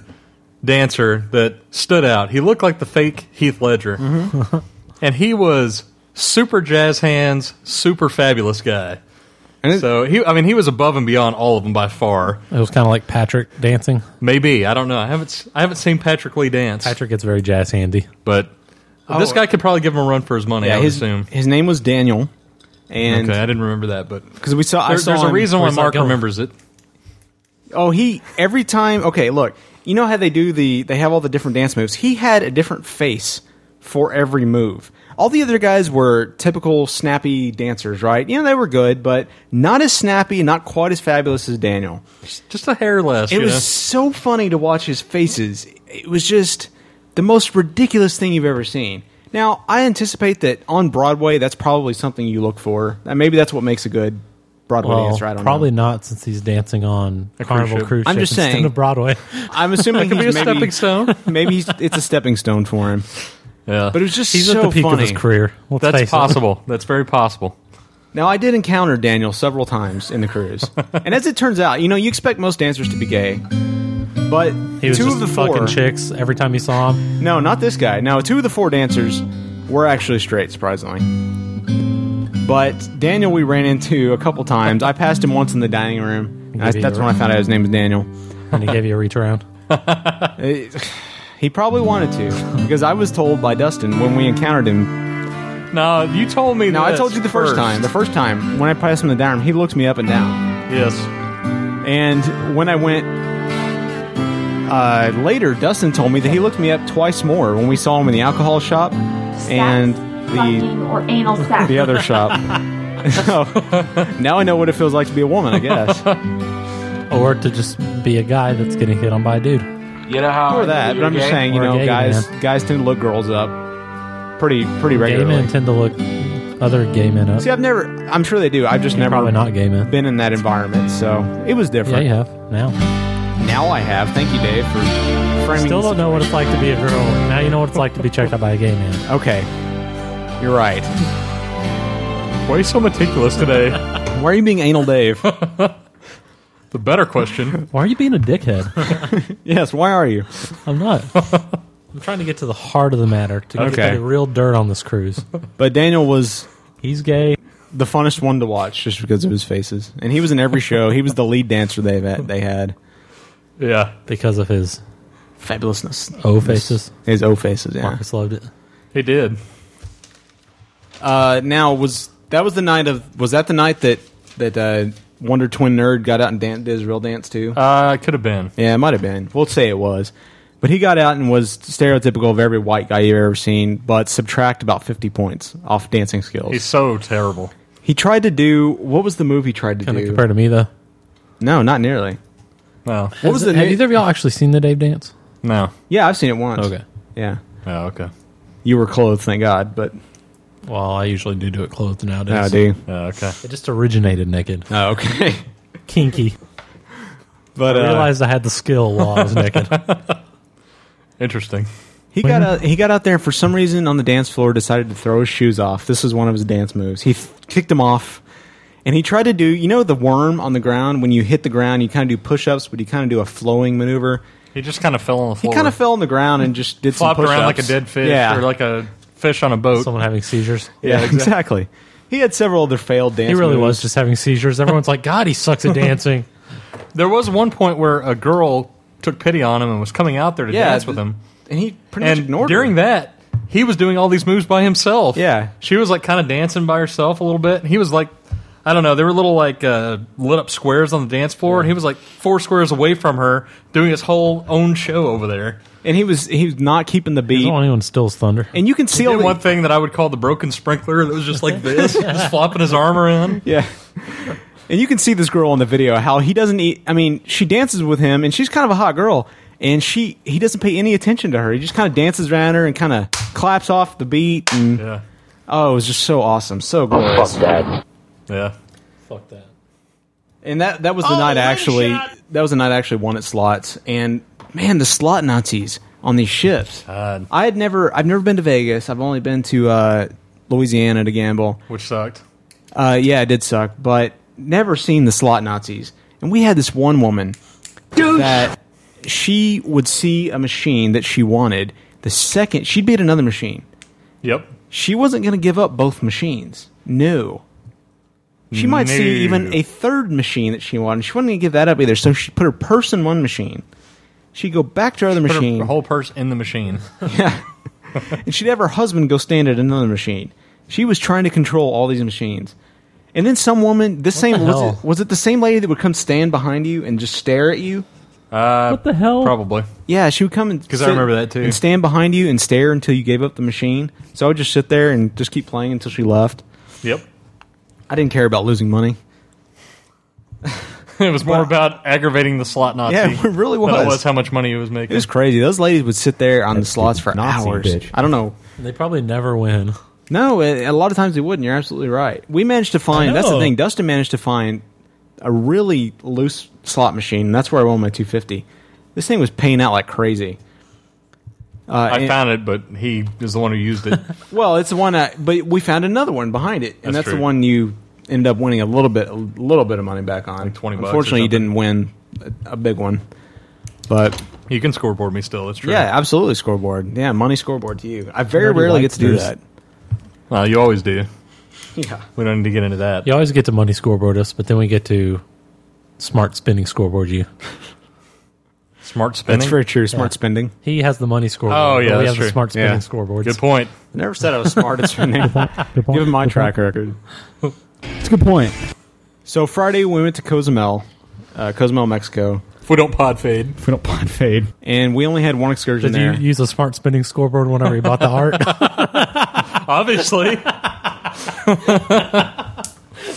J: dancer that stood out. He looked like the fake Heath Ledger,
G: Mm-hmm.
J: and he was super jazz hands, super fabulous guy. so he, I mean, he was above and beyond all of them by far.
H: It was kind of like Patrick dancing.
J: Maybe I don't know. I haven't, s- I haven't seen Patrick Lee dance,
H: Patrick gets very jazz handy.
J: but this
G: Oh.
J: guy could probably give him a run for his money. I would
G: his,
J: assume.
G: his name was Daniel, and
J: okay, I didn't remember that, but
G: 'Cause we saw- I
J: There-
G: saw
J: there's a
G: him-
J: reason why
G: we saw
J: Mark
G: Gil-
J: remembers it.
G: Oh, he every time. Okay, look, you know how they do the they have all the different dance moves. He had a different face for every move. All the other guys were typical snappy dancers, right? You know, they were good, but not as snappy, not quite as fabulous as Daniel.
J: Just a hair less.
G: It
J: you
G: was
J: know?
G: so funny to watch his faces. It was just the most ridiculous thing you've ever seen. Now, I anticipate that on Broadway, that's probably something you look for. And Maybe that's what makes a good Broadway
H: Well,
G: dancer. I don't know.
H: probably not since he's dancing on
G: A cruise
H: Carnival
G: ship.
H: cruise,
G: I'm
H: ship
G: just
H: instead
G: saying.
H: of Broadway.
G: I'm assuming
H: That could
G: he's
H: be a
G: maybe,
H: stepping
J: stone.
G: maybe he's, it's a stepping stone for him.
J: Yeah,
G: but it was just
H: He's
G: so
H: at the peak of
G: funny.
H: his career. Let's
G: That's
H: face it.
G: possible.
J: That's very possible.
G: Now, I did encounter Daniel several times in the cruise, and as it turns out, you know, you expect most dancers to be gay, but
H: He was
G: two
H: just
G: of the
H: fucking
G: four,
H: chicks every time he saw him.
G: No, not this guy. No, two of the four dancers were actually straight, surprisingly. But Daniel, we ran into a couple times. I passed him once in the dining room. and I-
H: Maybe
G: that's
H: you're
G: when I found out
H: right.
G: his name was Daniel.
H: And he gave you a reach around.
G: Eh, He probably wanted to, because I was told by Dustin when we encountered him.
J: No, you told me.
G: No, I
J: this
G: told you the first, time. The first time when I passed him in the dining room, he looked me up and down.
J: Yes.
G: And when I went uh, later, Dustin told me that he looked me up twice more when we saw him in the alcohol shop and the
Q: or anal sac.
G: the other shop. so, now I know what it feels like to be a woman, I guess.
H: Or to just be a guy that's getting hit on by a dude.
G: You know how or that, but I'm just saying, you
H: Or a
G: know,
H: gay
G: guys guys tend to look girls up pretty pretty
H: Gay
G: regularly.
H: men tend to look other gay men up.
G: See, I've never I'm sure they do. I've just never
H: probably not gay men.
G: been in that environment, so it was
H: Yeah,
G: different.
H: you have now.
G: Now I have. Thank you, Dave, for framing
H: Still
G: this-
H: don't know what it's like to be a girl. Now you know what it's like to be checked out by a gay man.
G: Okay, you're right.
J: Why are you so meticulous today?
G: Why are you being anal, Dave?
J: the better question.
H: Why are you being a dickhead?
G: yes, why are you?
H: I'm not. I'm trying to get to the heart of the matter to get
G: Okay.
H: the real dirt on this cruise.
G: But Daniel was he's gay. The funnest one to watch just because of his faces, and he was in every show. He was the lead dancer they had. They had.
J: Yeah,
H: because of his
G: fabulousness.
H: O faces.
G: His O faces. Yeah,
H: Marcus loved it.
J: He did.
G: Uh, now was that was the night of was that the night that that uh, Wonder Twin Nerd got out and dan- did his real dance too?
J: Uh, it could have been.
G: Yeah, it might have been. We'll say it was. But he got out and was stereotypical of every white guy you've ever seen, but subtract about fifty points off dancing skills.
J: He's so terrible.
G: He tried to do what was the move he tried to
H: Kinda
G: do?
H: compared to me though.
G: No, not nearly.
J: No.
G: What was the
H: Have
G: name?
H: either of y'all actually seen the Dave dance?
J: No.
G: Yeah, I've seen it once.
H: Okay.
G: Yeah.
J: Oh, okay.
G: You were clothed, thank God, but
H: Well, I usually do do it clothed nowadays.
G: Oh, do you?
J: okay.
H: It just originated naked.
G: Oh, okay.
H: Uh, Kinky.
G: But
H: I
G: uh,
H: realized I had the skill while I was naked.
J: Interesting.
G: He got out, he got out there and for some reason on the dance floor decided to throw his shoes off. This was one of his dance moves. He th- kicked them off and he tried to do you know the worm on the ground when you hit the ground you kind of do push-ups but you kind of do a flowing maneuver.
J: He just kind of fell on the
G: He
J: floor.
G: kind of fell on the ground and just did
J: flopped
G: some push-ups.
J: around like a dead fish
G: Yeah.
J: or like a fish on a boat.
H: Someone having seizures.
G: yeah, exactly. He had several other failed dance
H: He really
G: moves.
H: was just having seizures. Everyone's like, God, he sucks at dancing.
J: There was one point where a girl took pity on him and was coming out there to
G: Yeah,
J: dance
G: th-
J: with him.
G: And he pretty
J: and
G: much ignored her.
J: during that, he was doing all these moves by himself.
G: Yeah.
J: She was like kind of dancing by herself a little bit. He was like, I don't know, there were little like uh, lit up squares on the dance floor, and he was like four squares away from her doing his whole own show over there.
G: And he was he was not keeping the beat.
H: anyone steals thunder.
G: And you can
J: He
G: see all
J: did
G: the,
J: one thing that I would call the broken sprinkler that was just like this, just flopping his arm around.
G: Yeah. And you can see this girl in the video how he doesn't eat. I mean, she dances with him, and she's kind of a hot girl, and she he doesn't pay any attention to her. He just kind of dances around her and kind of claps off the beat. And
J: yeah.
G: oh, it was just so awesome, so glorious.
J: Yeah.
H: Fuck that.
G: And that that was the night I actually that was the night I actually won at slots. And man, the slot Nazis on these ships. I had never I've never been to Vegas. I've only been to uh, Louisiana to gamble.
J: Which sucked.
G: Uh, yeah, it did suck, but never seen the slot Nazis. And we had this one woman that she would see a machine that she wanted. The second she'd be at another machine,
J: Yep.
G: she wasn't going to give up both machines. No. She might see
J: No.
G: even a third machine that she wanted. She wasn't going to give that up either. So she put her purse in one machine. She'd go back to her other
J: Put her-
G: machine
J: her whole purse in the machine.
G: and she'd have her husband go stand at another machine. She was trying to control all these machines. And then some woman, this same
H: the
G: was
H: hell?
G: it, was it the same lady that would come stand behind you and just stare at you?
J: Uh, what
H: the hell?
J: Probably.
G: Yeah, she would come and
J: 'Cause I
G: sit
J: remember that, too.
G: and stand behind you and stare until you gave up the machine. So I would just sit there and just keep playing until she left.
J: Yep.
G: I didn't care about losing money.
J: It was more about aggravating the slot Nazi.
G: Yeah, it really
J: Than
G: was.
J: it was how much money he was making.
G: It was crazy. Those ladies would sit there on the slots for
H: Nazi
G: hours.
H: bitch.
G: I don't know.
H: They probably never win.
G: No, a a lot of times they wouldn't. You're absolutely right. We managed to find. That's the
H: know.
G: thing. Dustin managed to find a really loose slot machine. And that's where I won my 250. This thing was paying out like crazy. Uh,
J: I
G: and-
J: found it, but he is the one who used it.
G: well, it's the one. I, but we found another one behind it, and
J: That's
G: that's, the
J: true.
G: one you ended up winning a little bit, a little bit of money back on.
J: $20 bucks or
G: Unfortunately, you didn't win a, a big one, but
J: you can scoreboard me still. That's true.
G: yeah, absolutely scoreboard. Yeah, money scoreboard to you. I very
J: Nobody
G: rarely get
J: likes
G: to do
J: this.
G: that.
J: Well, you always do.
G: Yeah.
J: We don't need to get into that.
H: You always get to money scoreboard us, but then we get to smart spending scoreboard you.
J: Smart spending.
G: That's very true. Smart spending.
H: He has the money scoreboard.
J: Oh, yeah,
H: but we
J: that's
H: have
J: true.
H: the smart spending
J: Yeah.
H: scoreboards.
J: Good point.
G: I never said I was smart at spending. Given my track record,
P: It's a good point.
G: So Friday we went to Cozumel, uh, Cozumel, Mexico,
J: If we don't pod fade.
P: If we don't pod fade.
G: and we only had one excursion
H: Did
G: there.
H: you use a smart spending scoreboard whenever you bought the art?
J: Obviously.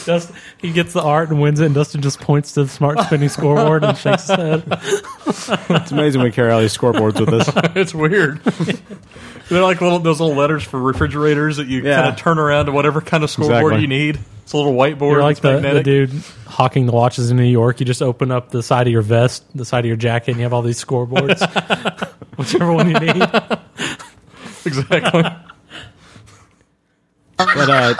H: Dust, he gets the art and wins it, and Dustin just points to the smart spinning scoreboard and shakes his head.
G: it's amazing we carry all these scoreboards with us.
J: it's weird. They're like little those little letters for refrigerators that you
G: Yeah.
J: kind of turn around to whatever kind of scoreboard
G: Exactly.
J: you need. It's a little whiteboard.
H: You're like
J: that's
H: the, the
J: magnetic.
H: dude hawking the watches in New York. You just open up the side of your vest, the side of your jacket, and you have all these scoreboards, whichever one you need.
J: Exactly.
G: But uh,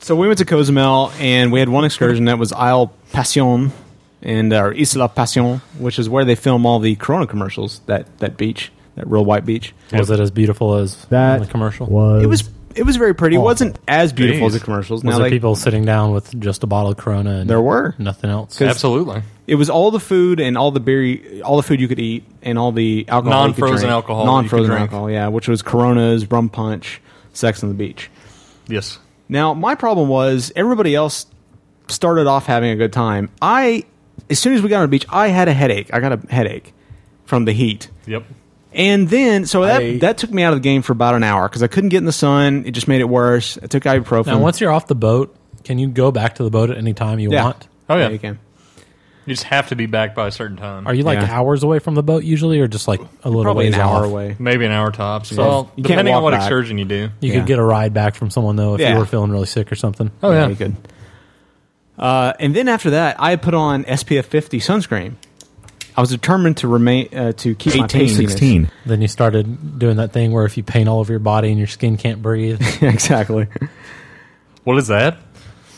G: so we went to Cozumel, and we had one excursion that was Isle Passion, uh, and or Isla Passion, which is where they film all the Corona commercials. That that beach, that real white beach.
H: Was it as beautiful as
P: that
H: the commercial?
P: Was
G: It was it was very pretty. It wasn't as beautiful as the commercials.
H: Was
G: Now
H: there
G: they-
H: people sitting down with just a bottle of Corona? And
G: There were.
H: nothing else.
G: 'Cause It was all the food and all the beer, all the food you could eat, and all the alcohol, you could
J: Non-frozen
G: drink.
J: alcohol that you could
G: non-frozen
J: drink.
G: alcohol, yeah, which was Coronas, rum punch, Sex on the Beach.
J: Yes.
G: Now my problem was everybody else started off having a good time. I, as soon as we got on the beach, I had a headache. I got a headache from the heat.
J: Yep.
G: And then, so that
H: I-
G: that took me out of the game for about an hour because I couldn't get in the sun. It just made it worse. I took ibuprofen.
H: Now, once you're off the boat, can you go back to the boat at any time you
G: Yeah.
H: want?
J: Oh yeah.
G: you can.
J: You just have to be back by a certain time.
H: Are you like hours away from the boat usually, or just like a little
J: Probably
H: ways
J: an hour
H: off?
G: away?
J: Maybe an hour tops.
H: So
J: well,
H: you can't
J: depending on
H: walk
J: what
H: back.
J: excursion you do.
H: You could get a ride back from someone though if
G: Yeah.
H: you were feeling really sick or something.
G: Oh, Yeah, yeah. you could. Uh, and then after that, I put on SPF 50 sunscreen. I was determined to remain uh, to keep my pastiness.
H: Then you started doing that thing where if you paint all over your body and your skin can't breathe.
G: exactly.
J: What is that?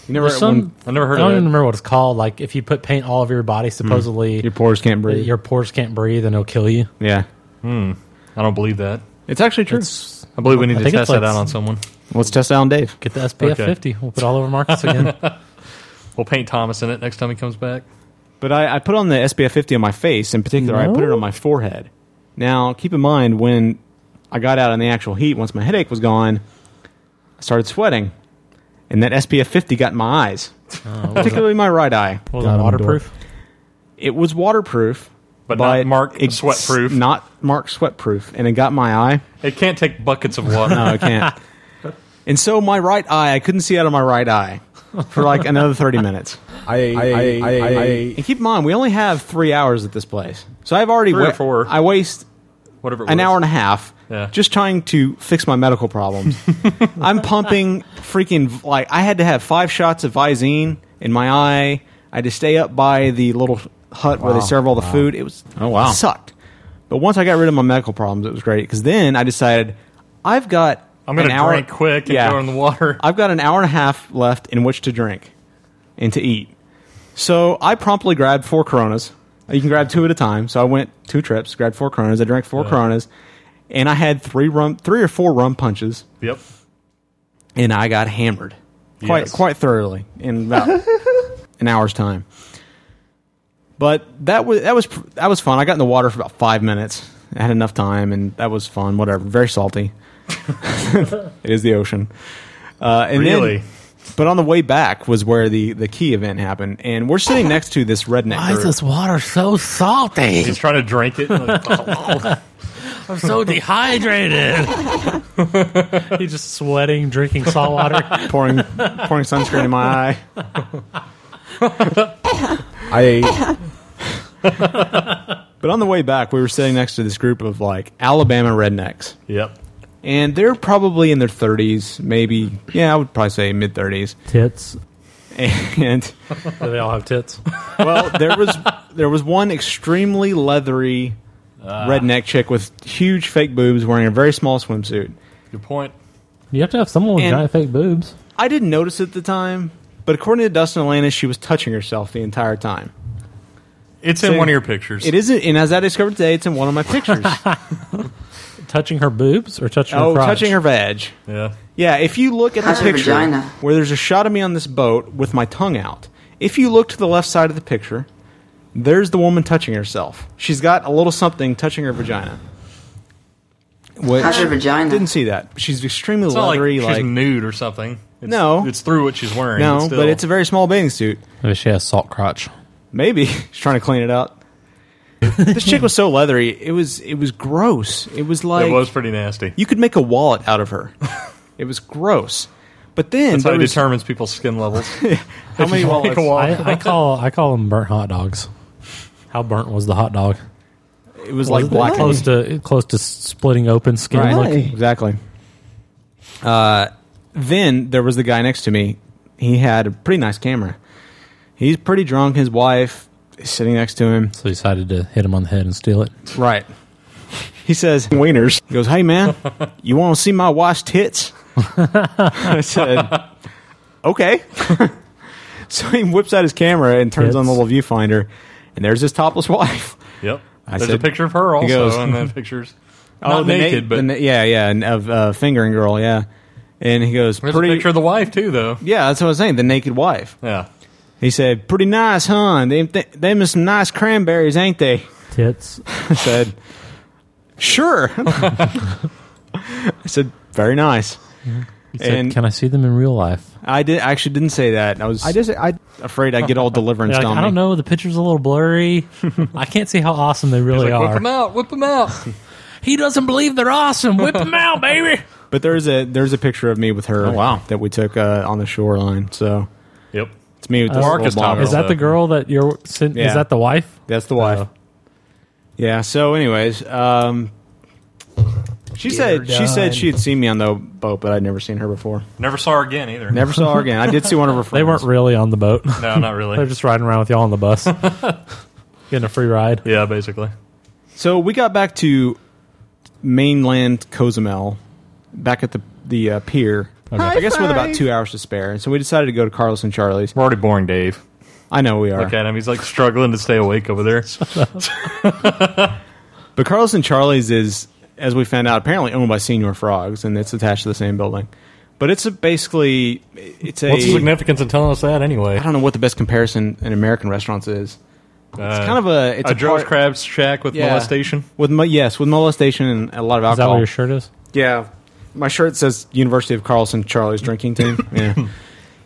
G: You never- when- I never heard
H: I
G: of that.
H: don't even
G: Hmm.
H: remember what it's called. Like if you put paint all over your body, supposedly
G: Your pores can't breathe.
H: Your pores can't breathe and it'll kill you.
G: Yeah.
J: Hmm. I don't believe that.
G: It's actually true.
J: I believe we need
H: I
J: to
H: think it's
J: test that
H: like-
J: out on someone.
G: Let's test out on Dave.
H: Get the SPF
J: Okay.
H: 50. We'll put all over Marcus again.
J: We'll paint Thomas in it next time he comes back.
G: But I, I put on the SPF 50 on my face. In particular, I put it on my forehead. Now, keep in mind, when I got out in the actual heat, once my headache was gone, I started sweating. And that SPF 50 got in my eyes, particularly my right eye.
H: Was it waterproof?
G: It was waterproof.
J: But not Mark
G: it's
J: sweatproof.
G: Not Mark sweatproof. And it got my eye.
J: It can't take buckets of water.
G: No, it can't. and so my right eye, I couldn't see out of my right eye for like another 30 minutes.
Q: I, I, I, I-
G: and keep in mind, we only have three hours at this place, so I've already
J: Three or
G: wa-
J: four.
G: I waste
J: Whatever. It
G: an
J: was.
G: hour and a half
J: Yeah.
G: just trying to fix my medical problems. I'm pumping freaking like I had to have five shots of Visine in my eye. I had to stay up by the little hut where they
H: Wow.
G: serve all the
H: Wow.
G: food. It was
H: Oh, wow.
G: it sucked. But once I got rid of my medical problems, it was great because then I decided I've got
J: I'm gonna
G: an hour,
J: drink quick and
G: yeah,
J: go in the water.
G: I've got an hour and a half left in which to drink and to eat. So I promptly grabbed four Coronas. You can grab two at a time. So I went two trips, grabbed four Coronas. I drank four
J: Yeah.
G: Coronas, and I had three rum, three or four rum punches,
J: Yep.
G: and I got hammered quite
J: Yes.
G: quite thoroughly in about an hour's time. But that was that was pr- that was fun. I got in the water for about five minutes. I had enough time, and that was fun. Whatever, very salty. it is the ocean. Uh, and then-
J: Really?
G: but on the way back was where the the key event happened, and we're sitting next to this redneck.
H: Why is
G: group.
H: this water so salty?
J: He's trying to drink it.
H: I'm so dehydrated. He's just sweating, drinking salt water.
G: pouring pouring sunscreen in my eye.
Q: I.
G: but on the way back, we were sitting next to this group of like Alabama rednecks.
J: Yep.
G: And they're probably in their 30s, maybe. Yeah, I would probably say mid 30s.
H: Tits.
G: And
H: Do they all have tits?
G: well, there was there was one extremely leathery redneck chick with huge fake boobs wearing a very small swimsuit.
J: Good point.
H: You have to have someone with
G: And-
H: giant fake boobs.
G: I didn't notice at the time, but according to Dustin Atlantis, she was touching herself the entire time.
J: It's in one of your pictures.
G: It isn't, and as I discovered today, it's in one of my pictures.
H: Touching her boobs or touching
G: oh,
H: her crotch?
G: touching her veg.
J: Yeah.
G: Yeah, if you look at
H: How's
G: the
H: her
G: picture
H: vagina?
G: where there's a shot of me on this boat with my tongue out, if you look to the left side of the picture, there's the woman touching herself. She's got a little something touching her vagina. What,
S: How's her vagina?
G: Didn't see that. She's extremely
J: It's not like
G: leathery.
J: she's nude or something. It's,
G: No.
J: it's through what she's wearing.
G: no,
J: still.
G: but it's a very small bathing suit.
H: Maybe she has salt crotch.
G: Maybe she's trying to clean it out. this chick was so leathery. It was it was gross. It was like
J: it was pretty nasty.
G: you could make a wallet out of her. it was gross. But then
J: That's how
G: there
J: it
G: was-
J: determines people's skin levels.
G: How many wallets?
H: I, I call I call them burnt hot dogs. How burnt was the hot dog?
G: It was like black
H: close to close to splitting open skin.
G: Right.
H: Like,
G: Exactly. Uh, then there was the guy next to me. He had a pretty nice camera. He's pretty drunk. His wife is sitting next to him.
H: so he decided to hit him on the head and steal it.
G: Right. He says, Wieners. He goes, Hey, man, you want to see my wife's tits? I said, Okay. so he whips out his camera and turns on the little viewfinder, and there's his topless wife.
J: Yep.
G: I
J: There's a
G: said-
J: picture of her
G: He
J: also
G: goes-
J: in the pictures. Not
G: Oh, the na-
J: naked, but-
G: the na- yeah, yeah, and of uh, fingering girl, yeah. And he goes,
J: There's
G: pretty.
J: a picture of the wife too, though.
G: yeah, that's what I was saying. The naked wife.
J: Yeah.
G: He said, "Pretty nice, huh? Them, th- them is some nice cranberries, ain't they?"
M: Tits.
G: I said, "Sure." I said, "Very nice."
H: He said, Can I see them in real life?
G: I did I actually didn't say that. I was
H: I just- I-
G: afraid I'd get all deliverance
H: Like,
G: on
H: I
G: me.
H: don't know. The picture's a little blurry. I can't see how awesome they really
G: like, "Whip
H: are.
G: 'em
J: out. Oh, Whip them out.
H: he doesn't believe they're awesome. Whip them out, baby.
G: But there's a there's a picture of me with her.
H: Oh, wow.
G: that we took uh, on the shoreline. So,
J: yep,
G: it's me with this little blonde
H: Is that
G: girl.
H: the girl that you're? Sent,
G: Yeah.
H: Is that the wife? Uh,
G: That's the wife. Yeah. So, anyways, um, she
J: Get her
G: said she
J: done.
G: said she had seen me on the boat, but I'd never seen her before.
J: Never saw her again either.
G: Never saw her again. I did see one of her friends.
H: They weren't really on the boat.
J: No, not really.
H: They're just riding around with y'all on the bus, getting a free ride.
J: Yeah, basically.
G: So we got back to mainland Cozumel, back at the the uh, pier. I guess with about two hours to spare, and so we decided to go to Carlos and Charlie's.
J: We're already boring Dave.
G: I know we are.
J: Look at him. He's like struggling to stay awake over there.
G: But Carlos and Charlie's is, as we found out, apparently owned by Senior Frogs, and it's attached to the same building. But it's a basically it's a
J: What's the significance in telling us that anyway?
G: I don't know what the best comparison in American restaurants is. It's kind of a it's
J: Uh,
G: a
J: a, George
G: part-
J: Crab's shack with
G: Yeah.
J: molestation.
G: With mo- yes, with molestation and a lot of
H: Is that
G: alcohol.
H: what your shirt is?
G: Yeah, my shirt says University of Carlson Charlie's drinking team. yeah,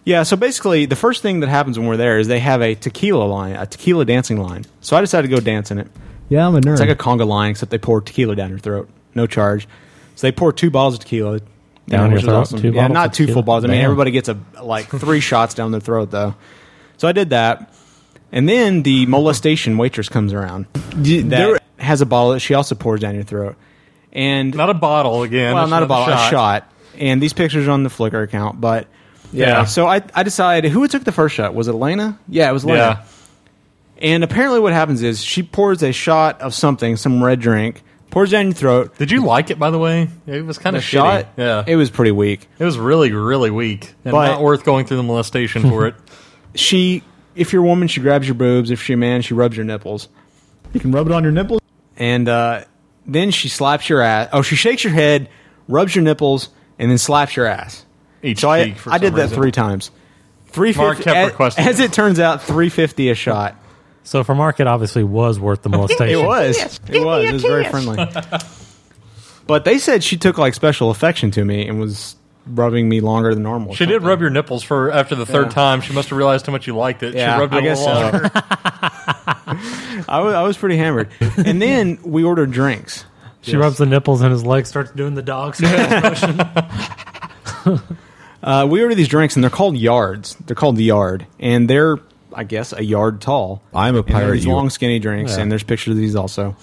G: yeah. So basically, the first thing that happens when we're there is they have a tequila line, a tequila dancing line. So I decided to go dance in it.
P: Yeah, I'm a nerd.
G: It's like a conga line, except they pour tequila down your throat, no charge. So they pour two bottles of tequila
H: Down
G: down,
H: your
G: which is
H: throat?
G: awesome.
H: Two
G: yeah,
H: bottles
G: not
H: of
G: two full
H: tequila?
G: bottles. I mean,
H: Damn.
G: everybody gets a like three shots down their throat though. So I did that, and then the molestation waitress comes around that
J: there-
G: has a bottle that she also pours down your throat, and
J: not a bottle again.
G: Well,
J: That's
G: not a
J: another
G: bottle, a shot. And these pictures are on the Flickr account, but yeah.
J: Yeah.
G: So I I decided who took the first shot was it Elena? Yeah, it was Elena.
J: Yeah.
G: And apparently, what happens is she pours a shot of something, some red drink, pours it down your throat.
J: Did you like it, by the way? It was kind
G: The
J: of
G: shot?
J: Yeah,
G: it was pretty weak.
J: It was really, really weak, and
G: But-
J: not worth going through the molestation for it.
G: She, if you're a woman, she grabs your boobs. If you're a man, she rubs your nipples.
P: You can rub it on your nipples.
G: And uh, then she slaps your ass. Oh, she shakes your head, rubs your nipples, and then slaps your ass.
J: Each
G: so I,
J: cheek for
G: I did
J: some
G: that
J: reason.
G: three times. Three
J: Mark
G: fifty.
J: kept
G: As,
J: requesting
G: as it turns out, three fifty a shot.
H: So for Mark, it obviously was worth the molestation.
G: It was. It was. It was very friendly. But they said she took like special affection to me and was rubbing me longer than normal.
J: She did rub your nipples for after the third
G: Yeah.
J: time. She must have realized how much you liked it.
G: Yeah,
J: she rubbed it
G: I
J: a
G: guess
J: little
G: so.
J: longer.
G: I was, I was pretty hammered. And then we ordered drinks.
H: She rubs the nipples and his leg starts doing the dog style motion.
G: Uh, we ordered these drinks and they're called yards. They're called the yard, and they're I guess a yard tall.
S: I'm a
G: And they're
S: pirate,
G: These
S: you-
G: long skinny drinks,
S: Yeah.
G: and there's pictures of these also.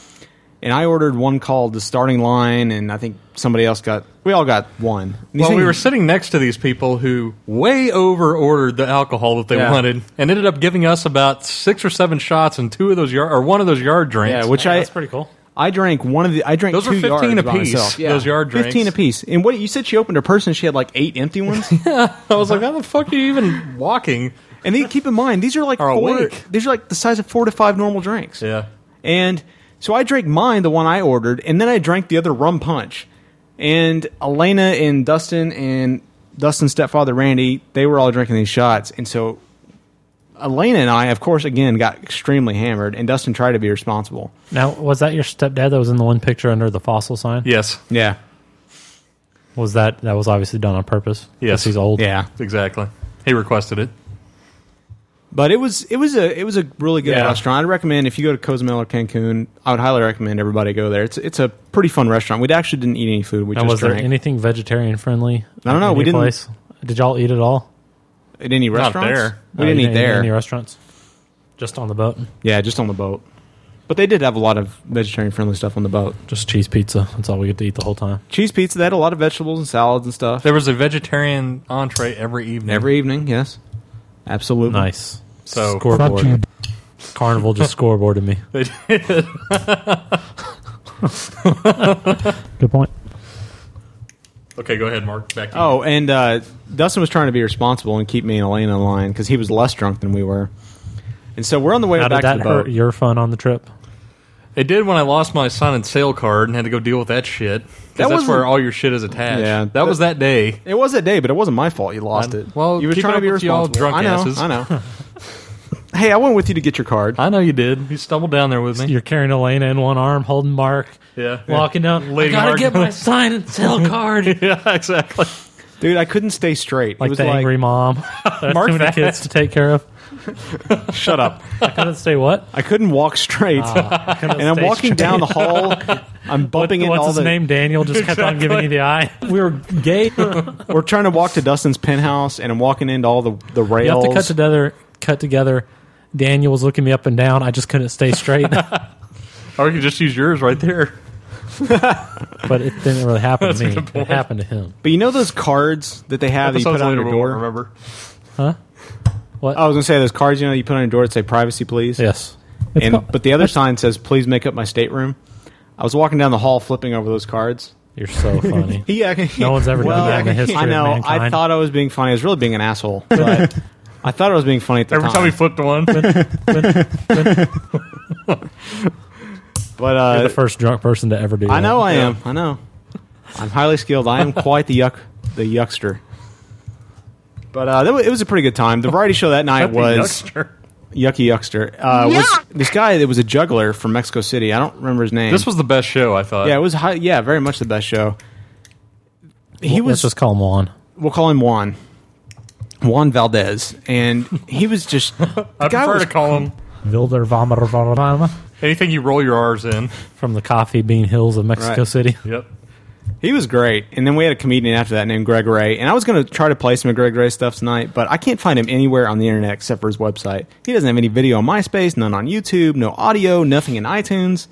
G: And I ordered one called the starting line, and I think somebody else got. We all got one. And these
J: Well, we
G: things-
J: were sitting next to these people who way over ordered the alcohol that they
G: Yeah.
J: wanted and ended up giving us about six or seven shots and two of those yard or one of those yard drinks.
G: Yeah, which I
H: cool.
G: I drank one of the. I drank
J: Those were
G: two
J: 15
G: yards by
J: apiece,
G: myself.
J: those yard drinks.
G: Fifteen apiece. And what you said, she opened her purse and she had like eight empty ones.
J: I was like, how the fuck are you even walking?
G: And then keep in mind, these are like
J: Are
G: four,
J: awake.
G: these are like the size of four to five normal drinks.
J: Yeah.
G: And so I drank mine, the one I ordered, and then I drank the other rum punch. And Elena and Dustin and Dustin's stepfather Randy, they were all drinking these shots, and so Elena and I, of course, again got extremely hammered, and Dustin tried to be responsible.
H: Now, was that your stepdad that was in the one picture under the fossil sign?
J: Yes.
G: Yeah.
H: Was that that was obviously done on purpose? 'Cause
J: Yes.
H: he's old.
G: Yeah.
J: Exactly. He requested it.
G: But it was it was a it was a really good
J: Yeah.
G: restaurant. I'd recommend if you go to Cozumel or Cancun, I would highly recommend everybody go there. It's it's a pretty fun restaurant. We actually didn't eat any food. We
H: Now,
G: just
H: was there
G: drank
H: anything vegetarian friendly?
G: I don't
H: at
G: know, we
H: any
G: didn't-
H: Place? Did y'all eat at all?
G: at any
H: Not
G: restaurants.
H: there.
G: We
H: No,
G: didn't
H: you
G: eat
H: didn't eat at
G: there.
H: any restaurants? Just on the boat.
G: Yeah, just on the boat. But they did have a lot of vegetarian friendly stuff on the boat.
H: Just cheese pizza. That's all we get to eat the whole time.
G: Cheese pizza. They had a lot of vegetables and salads and stuff.
J: There was a vegetarian entree every evening.
G: Every evening, yes. Absolutely.
H: Nice.
J: So- Fuck you.
H: scoreboard. Carnival just scoreboarded me.
J: They did.
H: Good point.
J: okay, go ahead, Mark. Back to you.
G: Oh, and uh, Dustin was trying to be responsible and keep me and Elena in line because he was less drunk than we were. And so we're on the way
H: How
G: back
H: did that
G: to the
H: hurt
G: boat.
H: your fun on the trip?
J: It did when I lost my sign and sale card and had to go deal with that shit. 'Cause
G: That
J: that's where
G: wasn't-
J: all your shit is attached.
G: Yeah.
J: that was that day.
G: It was that day, but it wasn't my fault. You lost
J: I-
G: it.
J: well,
G: you were
J: keep
G: trying
J: it
G: to be
J: up with y'all
G: responsible.
J: drunk
G: I know.
J: asses.
G: I know. hey, I went with you to get your card.
J: I know you did. You stumbled down there with me.
H: You're carrying Elena in one arm, holding Mark.
J: Yeah.
H: Walking down.
J: Lady
H: I gotta
J: Mark.
H: get my sign and sell card.
J: yeah, exactly.
G: Dude, I couldn't stay straight. it
H: Like
G: was
H: the
G: like,
H: angry mom. There's
G: Mark
H: too many
G: that.
H: kids to take care of.
G: Shut up.
H: I couldn't say what?
G: I couldn't walk straight.
H: Ah, I couldn't
G: and I'm
H: stay
G: walking
H: straight.
G: down the hall. I'm bumping into
H: What's
G: all
H: his
G: the
H: name? Daniel just kept on giving you the eye. We were gay.
G: We're trying to walk to Dustin's penthouse, and I'm walking into all the the
H: You have
G: rails.
H: to cut together. Cut together. Daniel was looking me up and down. I just couldn't stay straight,
J: Or you could just use yours right there.
H: but it didn't really happen
G: That's
H: to
G: a
H: me.
G: good
H: It
G: point.
H: happened to him.
G: but you know those cards that they have that you
H: Episodes
G: put on
H: later
G: your
H: we won't
G: door.
J: Remember?
H: Huh?
G: I was gonna say those cards. You know, you put on your door that say "Privacy, please."
H: Yes. It's
G: And
H: called-
G: but the other sign says "Please make up my stateroom." I was walking down the hall, flipping over those cards.
H: You're so funny.
G: yeah,
H: No one's ever done
G: well,
H: that in the history
G: I
H: of
G: know. I
H: mankind.
G: thought I was being funny. I was really being an asshole. But uh, I thought I was being funny at the
J: Every time we flipped one.
G: but uh,
H: You're the first drunk person to ever do.
G: I know
H: that.
G: I am. I know. I'm highly skilled. I am quite the yuck, the yuckster. But uh, that wa- it was a pretty good time. The variety show that night
J: Not the
G: was
J: yuckster.
G: yucky yuckster. Uh, was this guy that was a juggler from Mexico City? I don't remember his name.
J: This was the best show I thought.
G: yeah, it was high, yeah, very much the best show. He
H: Let's
G: was
H: just call him on.
G: we'll call him Juan, Juan Valdez, and he was just the
J: I
G: guy
J: prefer
G: was
J: to call him
H: Wilder Vomiter Vomiter
J: anything you roll your R's in.
H: from the coffee bean hills of Mexico
G: Right.
H: City.
J: Yep.
G: He was great. And then we had a comedian after that named Greg Ray. And I was going to try to play some of Greg Ray stuff tonight, but I can't find him anywhere on the internet except for his website. He doesn't have any video on MySpace, none on YouTube, no audio, nothing in iTunes.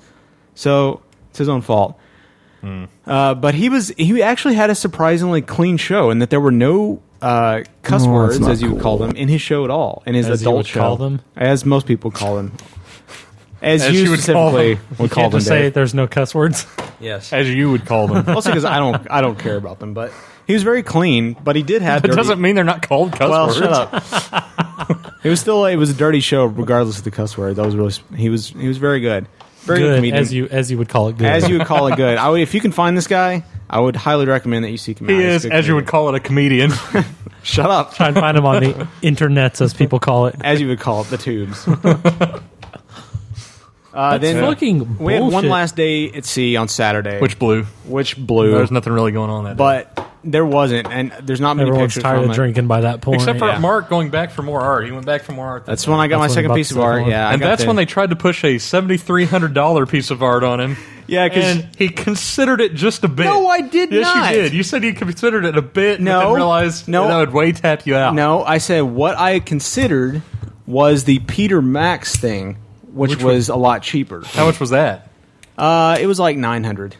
G: So it's his own fault. Uh, but he was he actually had a surprisingly clean show in that there were no uh, cuss
H: Oh, that's
G: words
H: not
G: as you would call them in his show at all in his
H: As you
G: adult
H: would
G: show
H: call them?
G: as most people call them as,
H: As
G: you,
H: you would call
G: specifically
H: them. You
G: would call
H: can't
G: them
H: just say
G: Dave.
H: there's no cuss words.
G: Yes,
J: as you would call them.
G: Mostly because I don't, I don't care about them. But he was very clean. But he did have.
J: That
G: dirty-
J: doesn't mean they're not called cuss
G: well,
J: words.
G: shut up. it was still, it was a dirty show, regardless of the cuss word. That was really, he was, he was very good, very good,
H: good,
G: comedian.
H: as you as you would call it. Good.
G: As you would call it good. I would, if you can find this guy, I would highly recommend that you seek him out.
J: He
G: He's a
J: is,
G: good
J: as you would
G: comedian.
J: call it, a comedian.
G: Shut up.
H: Try and find him on the internets, as people call it.
G: as you would call it, the tubes. Uh,
H: That's fucking
G: we had one
H: bullshit.
G: last day at sea on Saturday,
J: Which blew.
G: which blew.
J: There's nothing really going on that
G: but there wasn't, and there's not many
H: Everyone's
G: pictures
H: tired
G: from
H: of
G: it.
H: drinking by that
J: day.
H: point.
J: Except for
G: Yeah.
J: Mark going back for more art. He went back for more art.
G: That's when I got
H: That's
G: my
H: when
G: second
H: Buck
G: piece of
H: said
G: art.
H: one.
G: Yeah, I
J: and
G: got
J: that's
G: the-
J: when they tried to push a seventy three hundred dollar piece of art on him.
G: Yeah, 'cause-
J: and he considered it just a bit.
G: No, I did
J: yes,
G: not.
J: you did. You said you considered it a bit.
G: No.
J: but then realized
G: No.
J: that would way tap you out.
G: No, I said what I considered was the Peter Max thing, which,
J: Which
G: was a lot cheaper.
J: How much was that?
G: Uh, it was like nine hundred.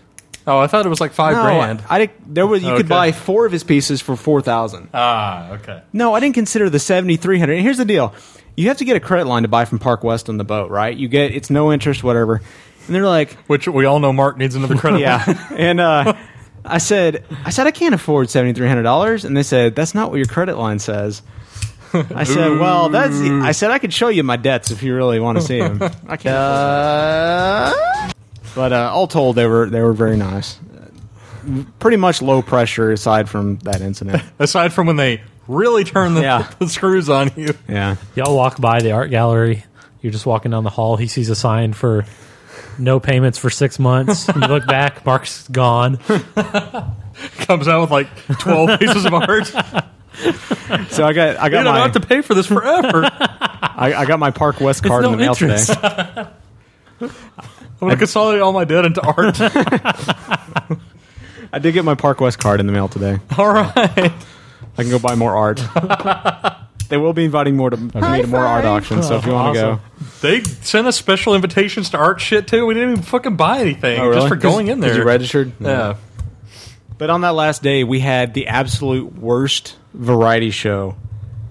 J: Oh, I thought it was like five
G: no,
J: grand.
G: I, I didn't- there was you
J: Okay.
G: could buy four of his pieces for four thousand.
J: Ah, okay.
G: No, I didn't consider the seventy three hundred. And here's the deal: you have to get a credit line to buy from Park West on the boat, right? You get it's no interest, whatever. And they're like,
J: Which we all know Mark needs another credit. line.
G: yeah. And uh, I said, I said I can't afford seventy three hundred dollars, and they said that's not what your credit line says. I said, well, that's. e-" I said I could show you my debts if you really want to see them. I can't. Uh, but uh, all told, they were they were very nice. Pretty much low pressure, aside from that incident.
J: Aside from when they really turn the,
G: Yeah.
J: the screws on you.
G: Yeah.
H: Y'all walk by the art gallery. You're just walking down the hall. He sees a sign for no payments for six months. you look back. Mark's gone.
J: Comes out with like twelve pieces of art. You
G: So I got I got
J: don't
G: my
J: have to pay for this forever.
G: I, I got my Park West card
H: no
G: in the mail
H: interest.
G: today.
J: I'm gonna consolidate all my debt into art.
G: I did get my Park West card in the mail today.
J: all right.
G: I can go buy more art. they will be inviting more to me to more art auctions. So if you want to
H: Awesome.
G: go. Oh,
J: They sent us special invitations to art shit too. We didn't even fucking buy anything
G: Oh, really?
J: just for going in there.
G: Because you registered?
J: Yeah.
G: But on that last day, we had the absolute worst variety show.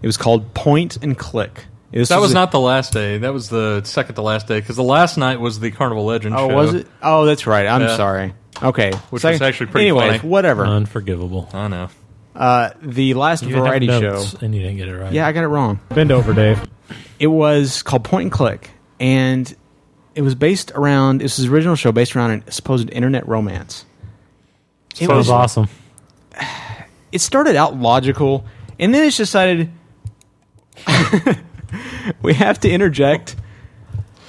G: It was called Point and Click. This
J: that was
G: a-
J: not the last day. That was the second to last day because the last night was the Carnival Legend
G: Oh,
J: show.
G: was it? Oh, that's right. I'm
J: Yeah.
G: sorry. Okay,
J: Which
G: Second-
J: was actually pretty
G: Anyways,
J: funny.
G: whatever.
H: Unforgivable.
J: I know.
G: Uh, the last
H: Uh, You have
G: variety show.
H: notes and you didn't get it right.
G: Yeah, I got it wrong.
H: bend over, Dave.
G: It was called Point and Click, and It was based around. This was his original show based around a supposed internet romance.
M: It was awesome.
G: It started out logical, and then it's decided we have to interject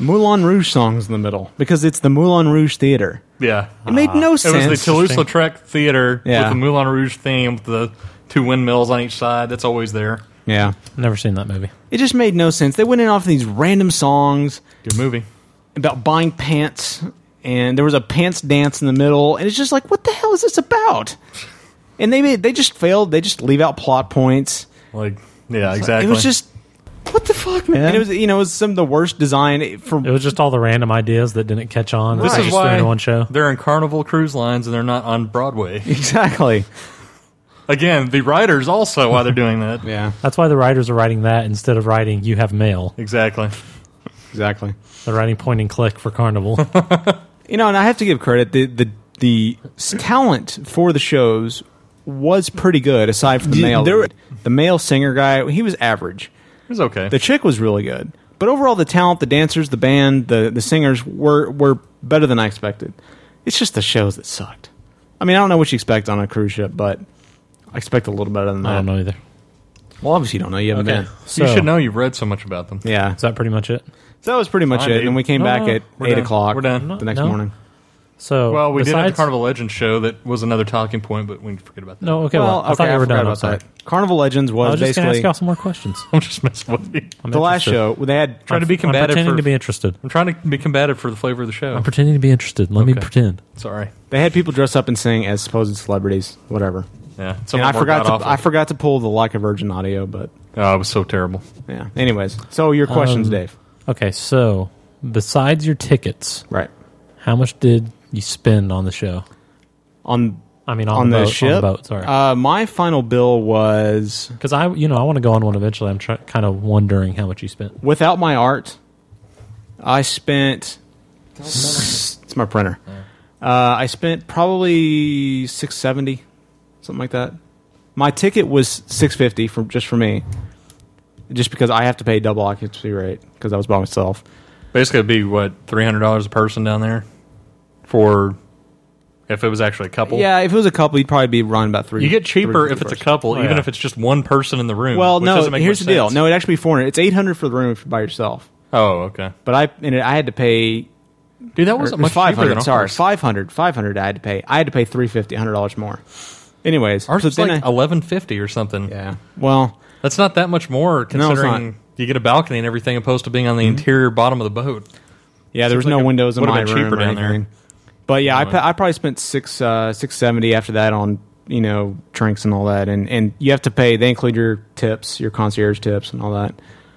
G: Moulin Rouge songs in the middle because it's the Moulin Rouge Theater.
J: Yeah.
G: It made no
J: It
G: sense.
J: was the Toulouse Lautrec Theater
G: Yeah.
J: with the Moulin Rouge theme, with the two windmills on each side. That's always there.
G: Yeah.
H: Never seen that movie.
G: It just made no sense. They went in off these random songs.
J: Good movie.
G: About buying pants, and there was a pants dance in the middle, and it's just like, what the hell is this about? And they made, they just failed. They just leave out plot points.
J: Like, yeah,
G: It was just what the fuck, man. And it was you know it was some of the worst design for.
H: It was just all the random ideas that didn't catch on.
J: This
H: They
J: is
H: just threw
J: why
H: into one show.
J: they're in Carnival Cruise Lines and they're not on Broadway.
G: Exactly.
J: Again, the writers also why they're doing that.
G: yeah.
H: That's why the writers are writing that instead of writing "You have mail."
J: Exactly.
G: Exactly.
H: They're writing point and click for Carnival.
G: You know, and I have to give credit the the the s- talent for the shows was pretty good. Aside from the
J: Yeah,
G: male,
J: there were-
G: the male singer guy, he was average.
J: It was okay.
G: The chick was really good, but overall, the talent, the dancers, the band, the the singers were were better than I expected. It's just the shows that sucked. I mean, I don't know what you expect on a cruise ship, but I expect a little better than that.
H: I don't know either.
G: Well, obviously, you don't know. You haven't
H: Okay.
G: been.
J: you should know you've read so much about them.
G: Yeah. Is
H: that pretty much it?
G: So that was pretty much
J: Fine,
G: it.
J: dude.
G: And we came
J: No,
G: back
J: no,
G: at
J: we're
G: eight
J: done.
G: o'clock.
J: We're done.
G: The next
J: No.
G: morning.
H: So
J: well, we did have
H: besides-
J: the Carnival Legends show that was another talking point, but we forget about that.
H: No, okay, well, I thought we were
G: forgot
H: done. I'm
G: about
H: sorry.
G: that. Carnival Legends was,
H: I was just gonna
G: basically
H: ask y'all some more questions.
J: I'm just messing with you.
G: the last show. where They had
J: trying to be
H: I'm
J: combative.
H: pretending
J: for,
H: to be interested.
J: I'm trying to be combative for the flavor of the show.
H: I'm pretending to be interested. Let me
J: Okay.
H: pretend.
J: Sorry.
G: They had people dress up and sing as supposed celebrities, whatever.
J: Yeah,
G: and
J: someone
G: I
J: more
G: forgot
J: got
G: to
J: off of
G: I
J: it.
G: forgot to pull the like a virgin audio, but
J: oh, it was so terrible.
G: Yeah. Anyways, so your questions,
H: Um,
G: Dave.
H: Okay, so besides your tickets,
G: right?
H: How much did you spend on the show?
G: On
H: I mean, on, the, boat,
G: ship.
H: On the boat, sorry.
G: Uh, my final bill was
H: because I, you know, I want to go on one eventually. I'm try- kind of wondering how much you spent.
G: without my art. I spent. It's my printer.
J: Oh.
G: Uh, I spent probably six seventy, something like that. My ticket was six fifty from just for me, just because I have to pay double occupancy rate because I was by myself.
J: Basically, it'd be what three hundred dollars a person down there for if it was actually a couple.
G: Yeah, if it was a couple, you'd probably be running about three.
J: you get cheaper
G: three
J: if it's a
G: person.
J: couple,
G: Oh,
J: even
G: yeah.
J: if it's just one person in the room.
G: Well,
J: which
G: no.
J: doesn't make
G: Here's the
J: much
G: deal.
J: sense.
G: No, it'd actually be four hundred. It's eight hundred for the room if you're by yourself.
J: Oh, okay.
G: But I and it, I had to pay.
J: Dude, that wasn't much cheaper than
G: 500, Sorry,
J: ours.
G: 500, 500 I had to pay. I had to pay 350 hundred dollars more. Anyways,
J: Ours
G: so
J: was
G: then
J: like
G: I-
J: eleven fifty or something.
G: Yeah. Well,
J: that's not that much more considering you get a balcony and everything, opposed to being on the
G: Mm-hmm.
J: interior bottom of the boat.
G: Yeah, there was
J: Seems like
G: no
J: it
G: windows in
J: would've
G: my
J: been
G: room
J: cheaper
G: or
J: down there.
G: anything. But yeah, I,
J: Anyway.
G: pa- I probably spent six uh, six seventy after that on you know drinks and all that, and and you have to pay. They include your tips, your concierge tips, and all that.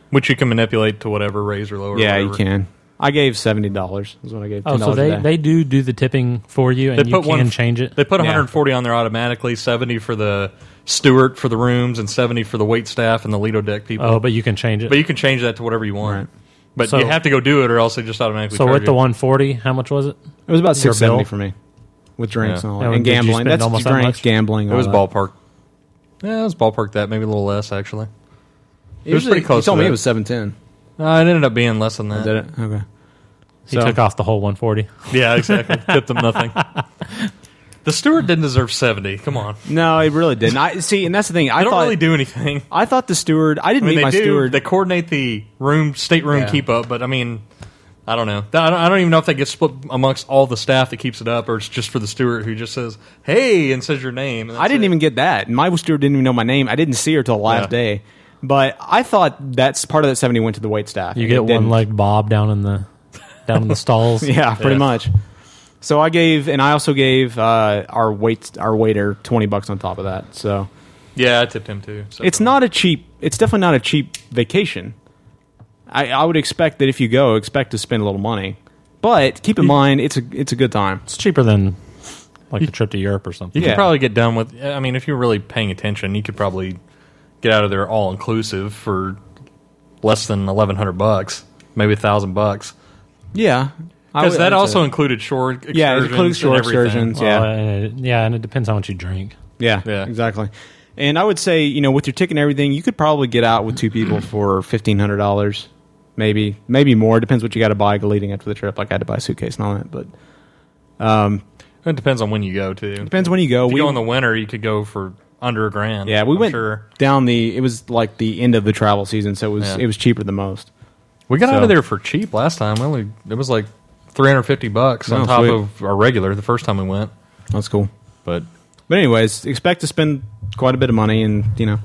J: Which you can manipulate to whatever raise or lower.
G: yeah,
J: or
G: you
J: whatever.
G: can. I gave seventy dollars. Is what I gave.
H: Oh, so
G: $10 a
H: they,
G: day.
H: they do do the tipping for you, and you can change it.
J: They put
H: Yeah.
J: 140 on there automatically, 70 for the steward for the rooms, and 70 for the wait staff and the Lido deck people.
H: Oh, but you can change it.
J: But you can change that to whatever you want. But
H: So-
J: you have to go do it, or else they just automatically.
H: So
J: charge
H: with
J: you.
H: the 140, how much was it?
G: It was about
H: Your
G: six seventy
H: bill?
G: for me, with drinks
J: Yeah.
G: and all
H: Yeah,
G: that, and
H: did you
G: gambling.
H: spend
G: That's
H: almost that
G: drinks,
H: much?
G: gambling.
J: It was
G: all that.
J: ballpark. Yeah, it was ballpark that maybe a little less actually. It was
G: Usually-
J: pretty close.
G: You told
J: to
G: me
J: that.
G: it was seven ten.
J: No, it ended up being less than that.
G: Did it? Okay.
H: He took off the whole 140.
J: Yeah, exactly. Tipped them nothing. The steward didn't deserve 70. Come on.
G: No, it really didn't. I see, and that's the thing. I
J: don't
G: thought,
J: really do anything.
G: I thought the steward. I
J: I
G: didn't
J: mean,
G: meet
J: they
G: my
J: do.
G: steward.
J: They coordinate the room, stateroom
G: Yeah.
J: keep up, but I mean, I don't know. I don't, I don't even know if that gets split amongst all the staff that keeps it up, or it's just for the steward who just says "Hey" and says your name.
G: I didn't even get that. My steward didn't even know my name. I didn't see her till the last
J: Yeah.
G: day. But I thought that's part of that seventy went to the wait staff.
H: You get one legged Bob down in the down in the stalls.
G: yeah, pretty much. So I gave, and I also gave uh, our wait our waiter twenty bucks on top of that. So
J: Yeah, I tipped him too. So.
G: it's not a cheap. It's definitely not a cheap vacation. I, I would expect that if you go, expect to spend a little money. But keep in mind, it's a it's a good time.
H: It's cheaper than like a trip to Europe or something.
J: you could probably get done with. I mean, if you're really paying attention, you could probably get out of there all inclusive for less than eleven hundred bucks, maybe a thousand bucks.
G: yeah. I
J: Because
G: would-
J: that
G: I'd
J: also
G: say-
J: included shore excursions.
G: Yeah, it includes shore
J: and everything.
G: excursions,
H: Well, uh, yeah, and it depends how much you drink.
G: Yeah, exactly. And I would say, you know, with your ticket and everything, you could probably get out with two people for fifteen hundred dollars, maybe maybe more. It depends what you got to buy leading up to the trip. Like I had to buy a suitcase and all that, but um,
J: It depends on when you go too.
G: Depends when you go.
J: If you
G: We-
J: go in the winter, you could go for under a grand.
G: yeah, we
J: I'm
G: went
J: sure.
G: down the. It was like the end of the travel season, so it was
J: Yeah.
G: it was cheaper than most.
J: We got
G: So-
J: out of there for cheap last time. We only it was like three hundred fifty bucks
G: Oh,
J: on top
G: sweet.
J: of our regular the first time we went.
G: That's cool.
J: But
G: but anyways, expect to spend quite a bit of money, and you know,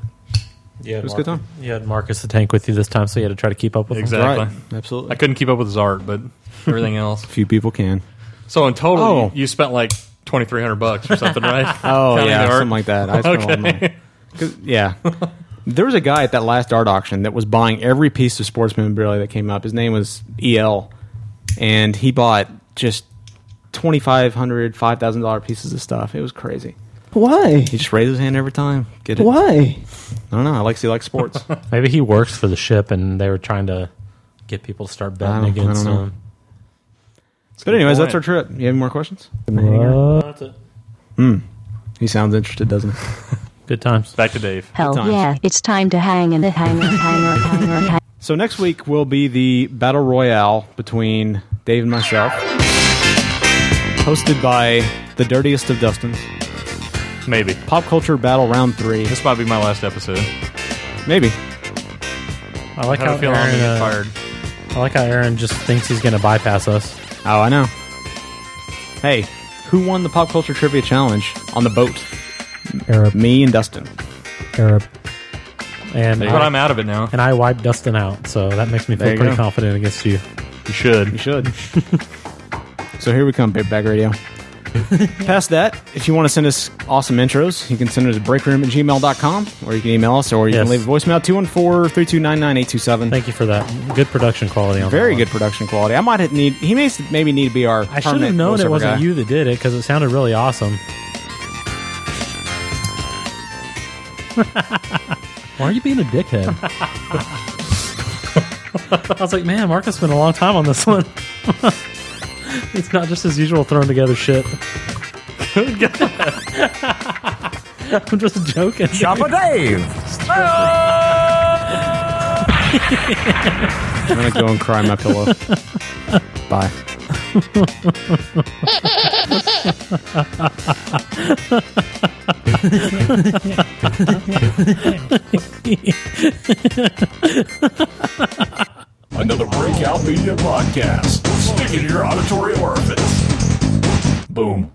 H: Yeah,
G: it was a good time.
H: You had Marcus the Tank with you this time, so you had to try to keep up with
J: Exactly.
H: him.
G: Absolutely.
J: I couldn't keep up with his art, but everything else.
G: Few people can.
J: So in total,
G: Oh.
J: you, you spent like twenty three hundred bucks or something, right?
G: Oh
J: Counting
G: yeah,
J: the art?
G: something like that. I spent all the money. 'Cause- Yeah, there was a guy at that last art auction that was buying every piece of sports memorabilia that came up. His name was El, and he bought just twenty five hundred, five thousand dollar pieces of stuff. It was crazy.
R: Why?
G: He just raised his hand every time. Get it?
R: Why?
G: I don't know. I like he likes sports.
H: Maybe he works for the ship, and they were trying to get people to start
G: I
H: betting
G: don't- I
H: against
G: don't know.
H: him.
G: but anyways,
H: point.
G: that's our trip. You have any more questions?
H: No, that's it.
G: Hmm. He sounds interested, doesn't he?
H: Good times.
J: Back to Dave.
F: Hell yeah, it's time to hang in the hangar, hangar, hangar, hangar.
G: So next week will be the battle royale between Dave and myself, hosted by the dirtiest of Dustins.
J: Maybe
G: pop culture battle round three.
J: This might be my last episode.
G: Maybe.
H: I like
J: I have
H: how
J: a feeling I'm
H: Aaron,
J: gonna get
H: uh,
J: fired.
H: I like how Aaron just thinks he's going to bypass us.
G: Oh, I know. Hey, who won the pop culture trivia challenge on the boat?
H: Arab.
G: Me and Dustin.
H: Arab. And
J: But I'm out of it now.
H: And I wiped Dustin out, so that makes me
G: There
H: feel
G: you
H: pretty
G: go.
H: confident against you.
J: You should. You
G: should. so here we come, Big Bag Radio. Past that, if you want to send us awesome intros, you can send us breakroom at gmail.com or you can email us or you
H: Yes.
G: can leave a voicemail 214 329 9827.
H: Thank you for that. Good production quality on
G: Very
H: that
G: good production quality. I might have need. He may maybe need to be our.
H: I should have known it wasn't you that did it because it sounded really awesome. Why are you being a dickhead? I was like, man, Marcus spent a long time on this one. it's not just his usual thrown together shit. Good God. I'm just joking.
S: Chopper Dave.
G: I'm gonna go and cry my pillow. Bye.
S: Another Breakout Media podcast. Stick it in your auditory orifice. Boom.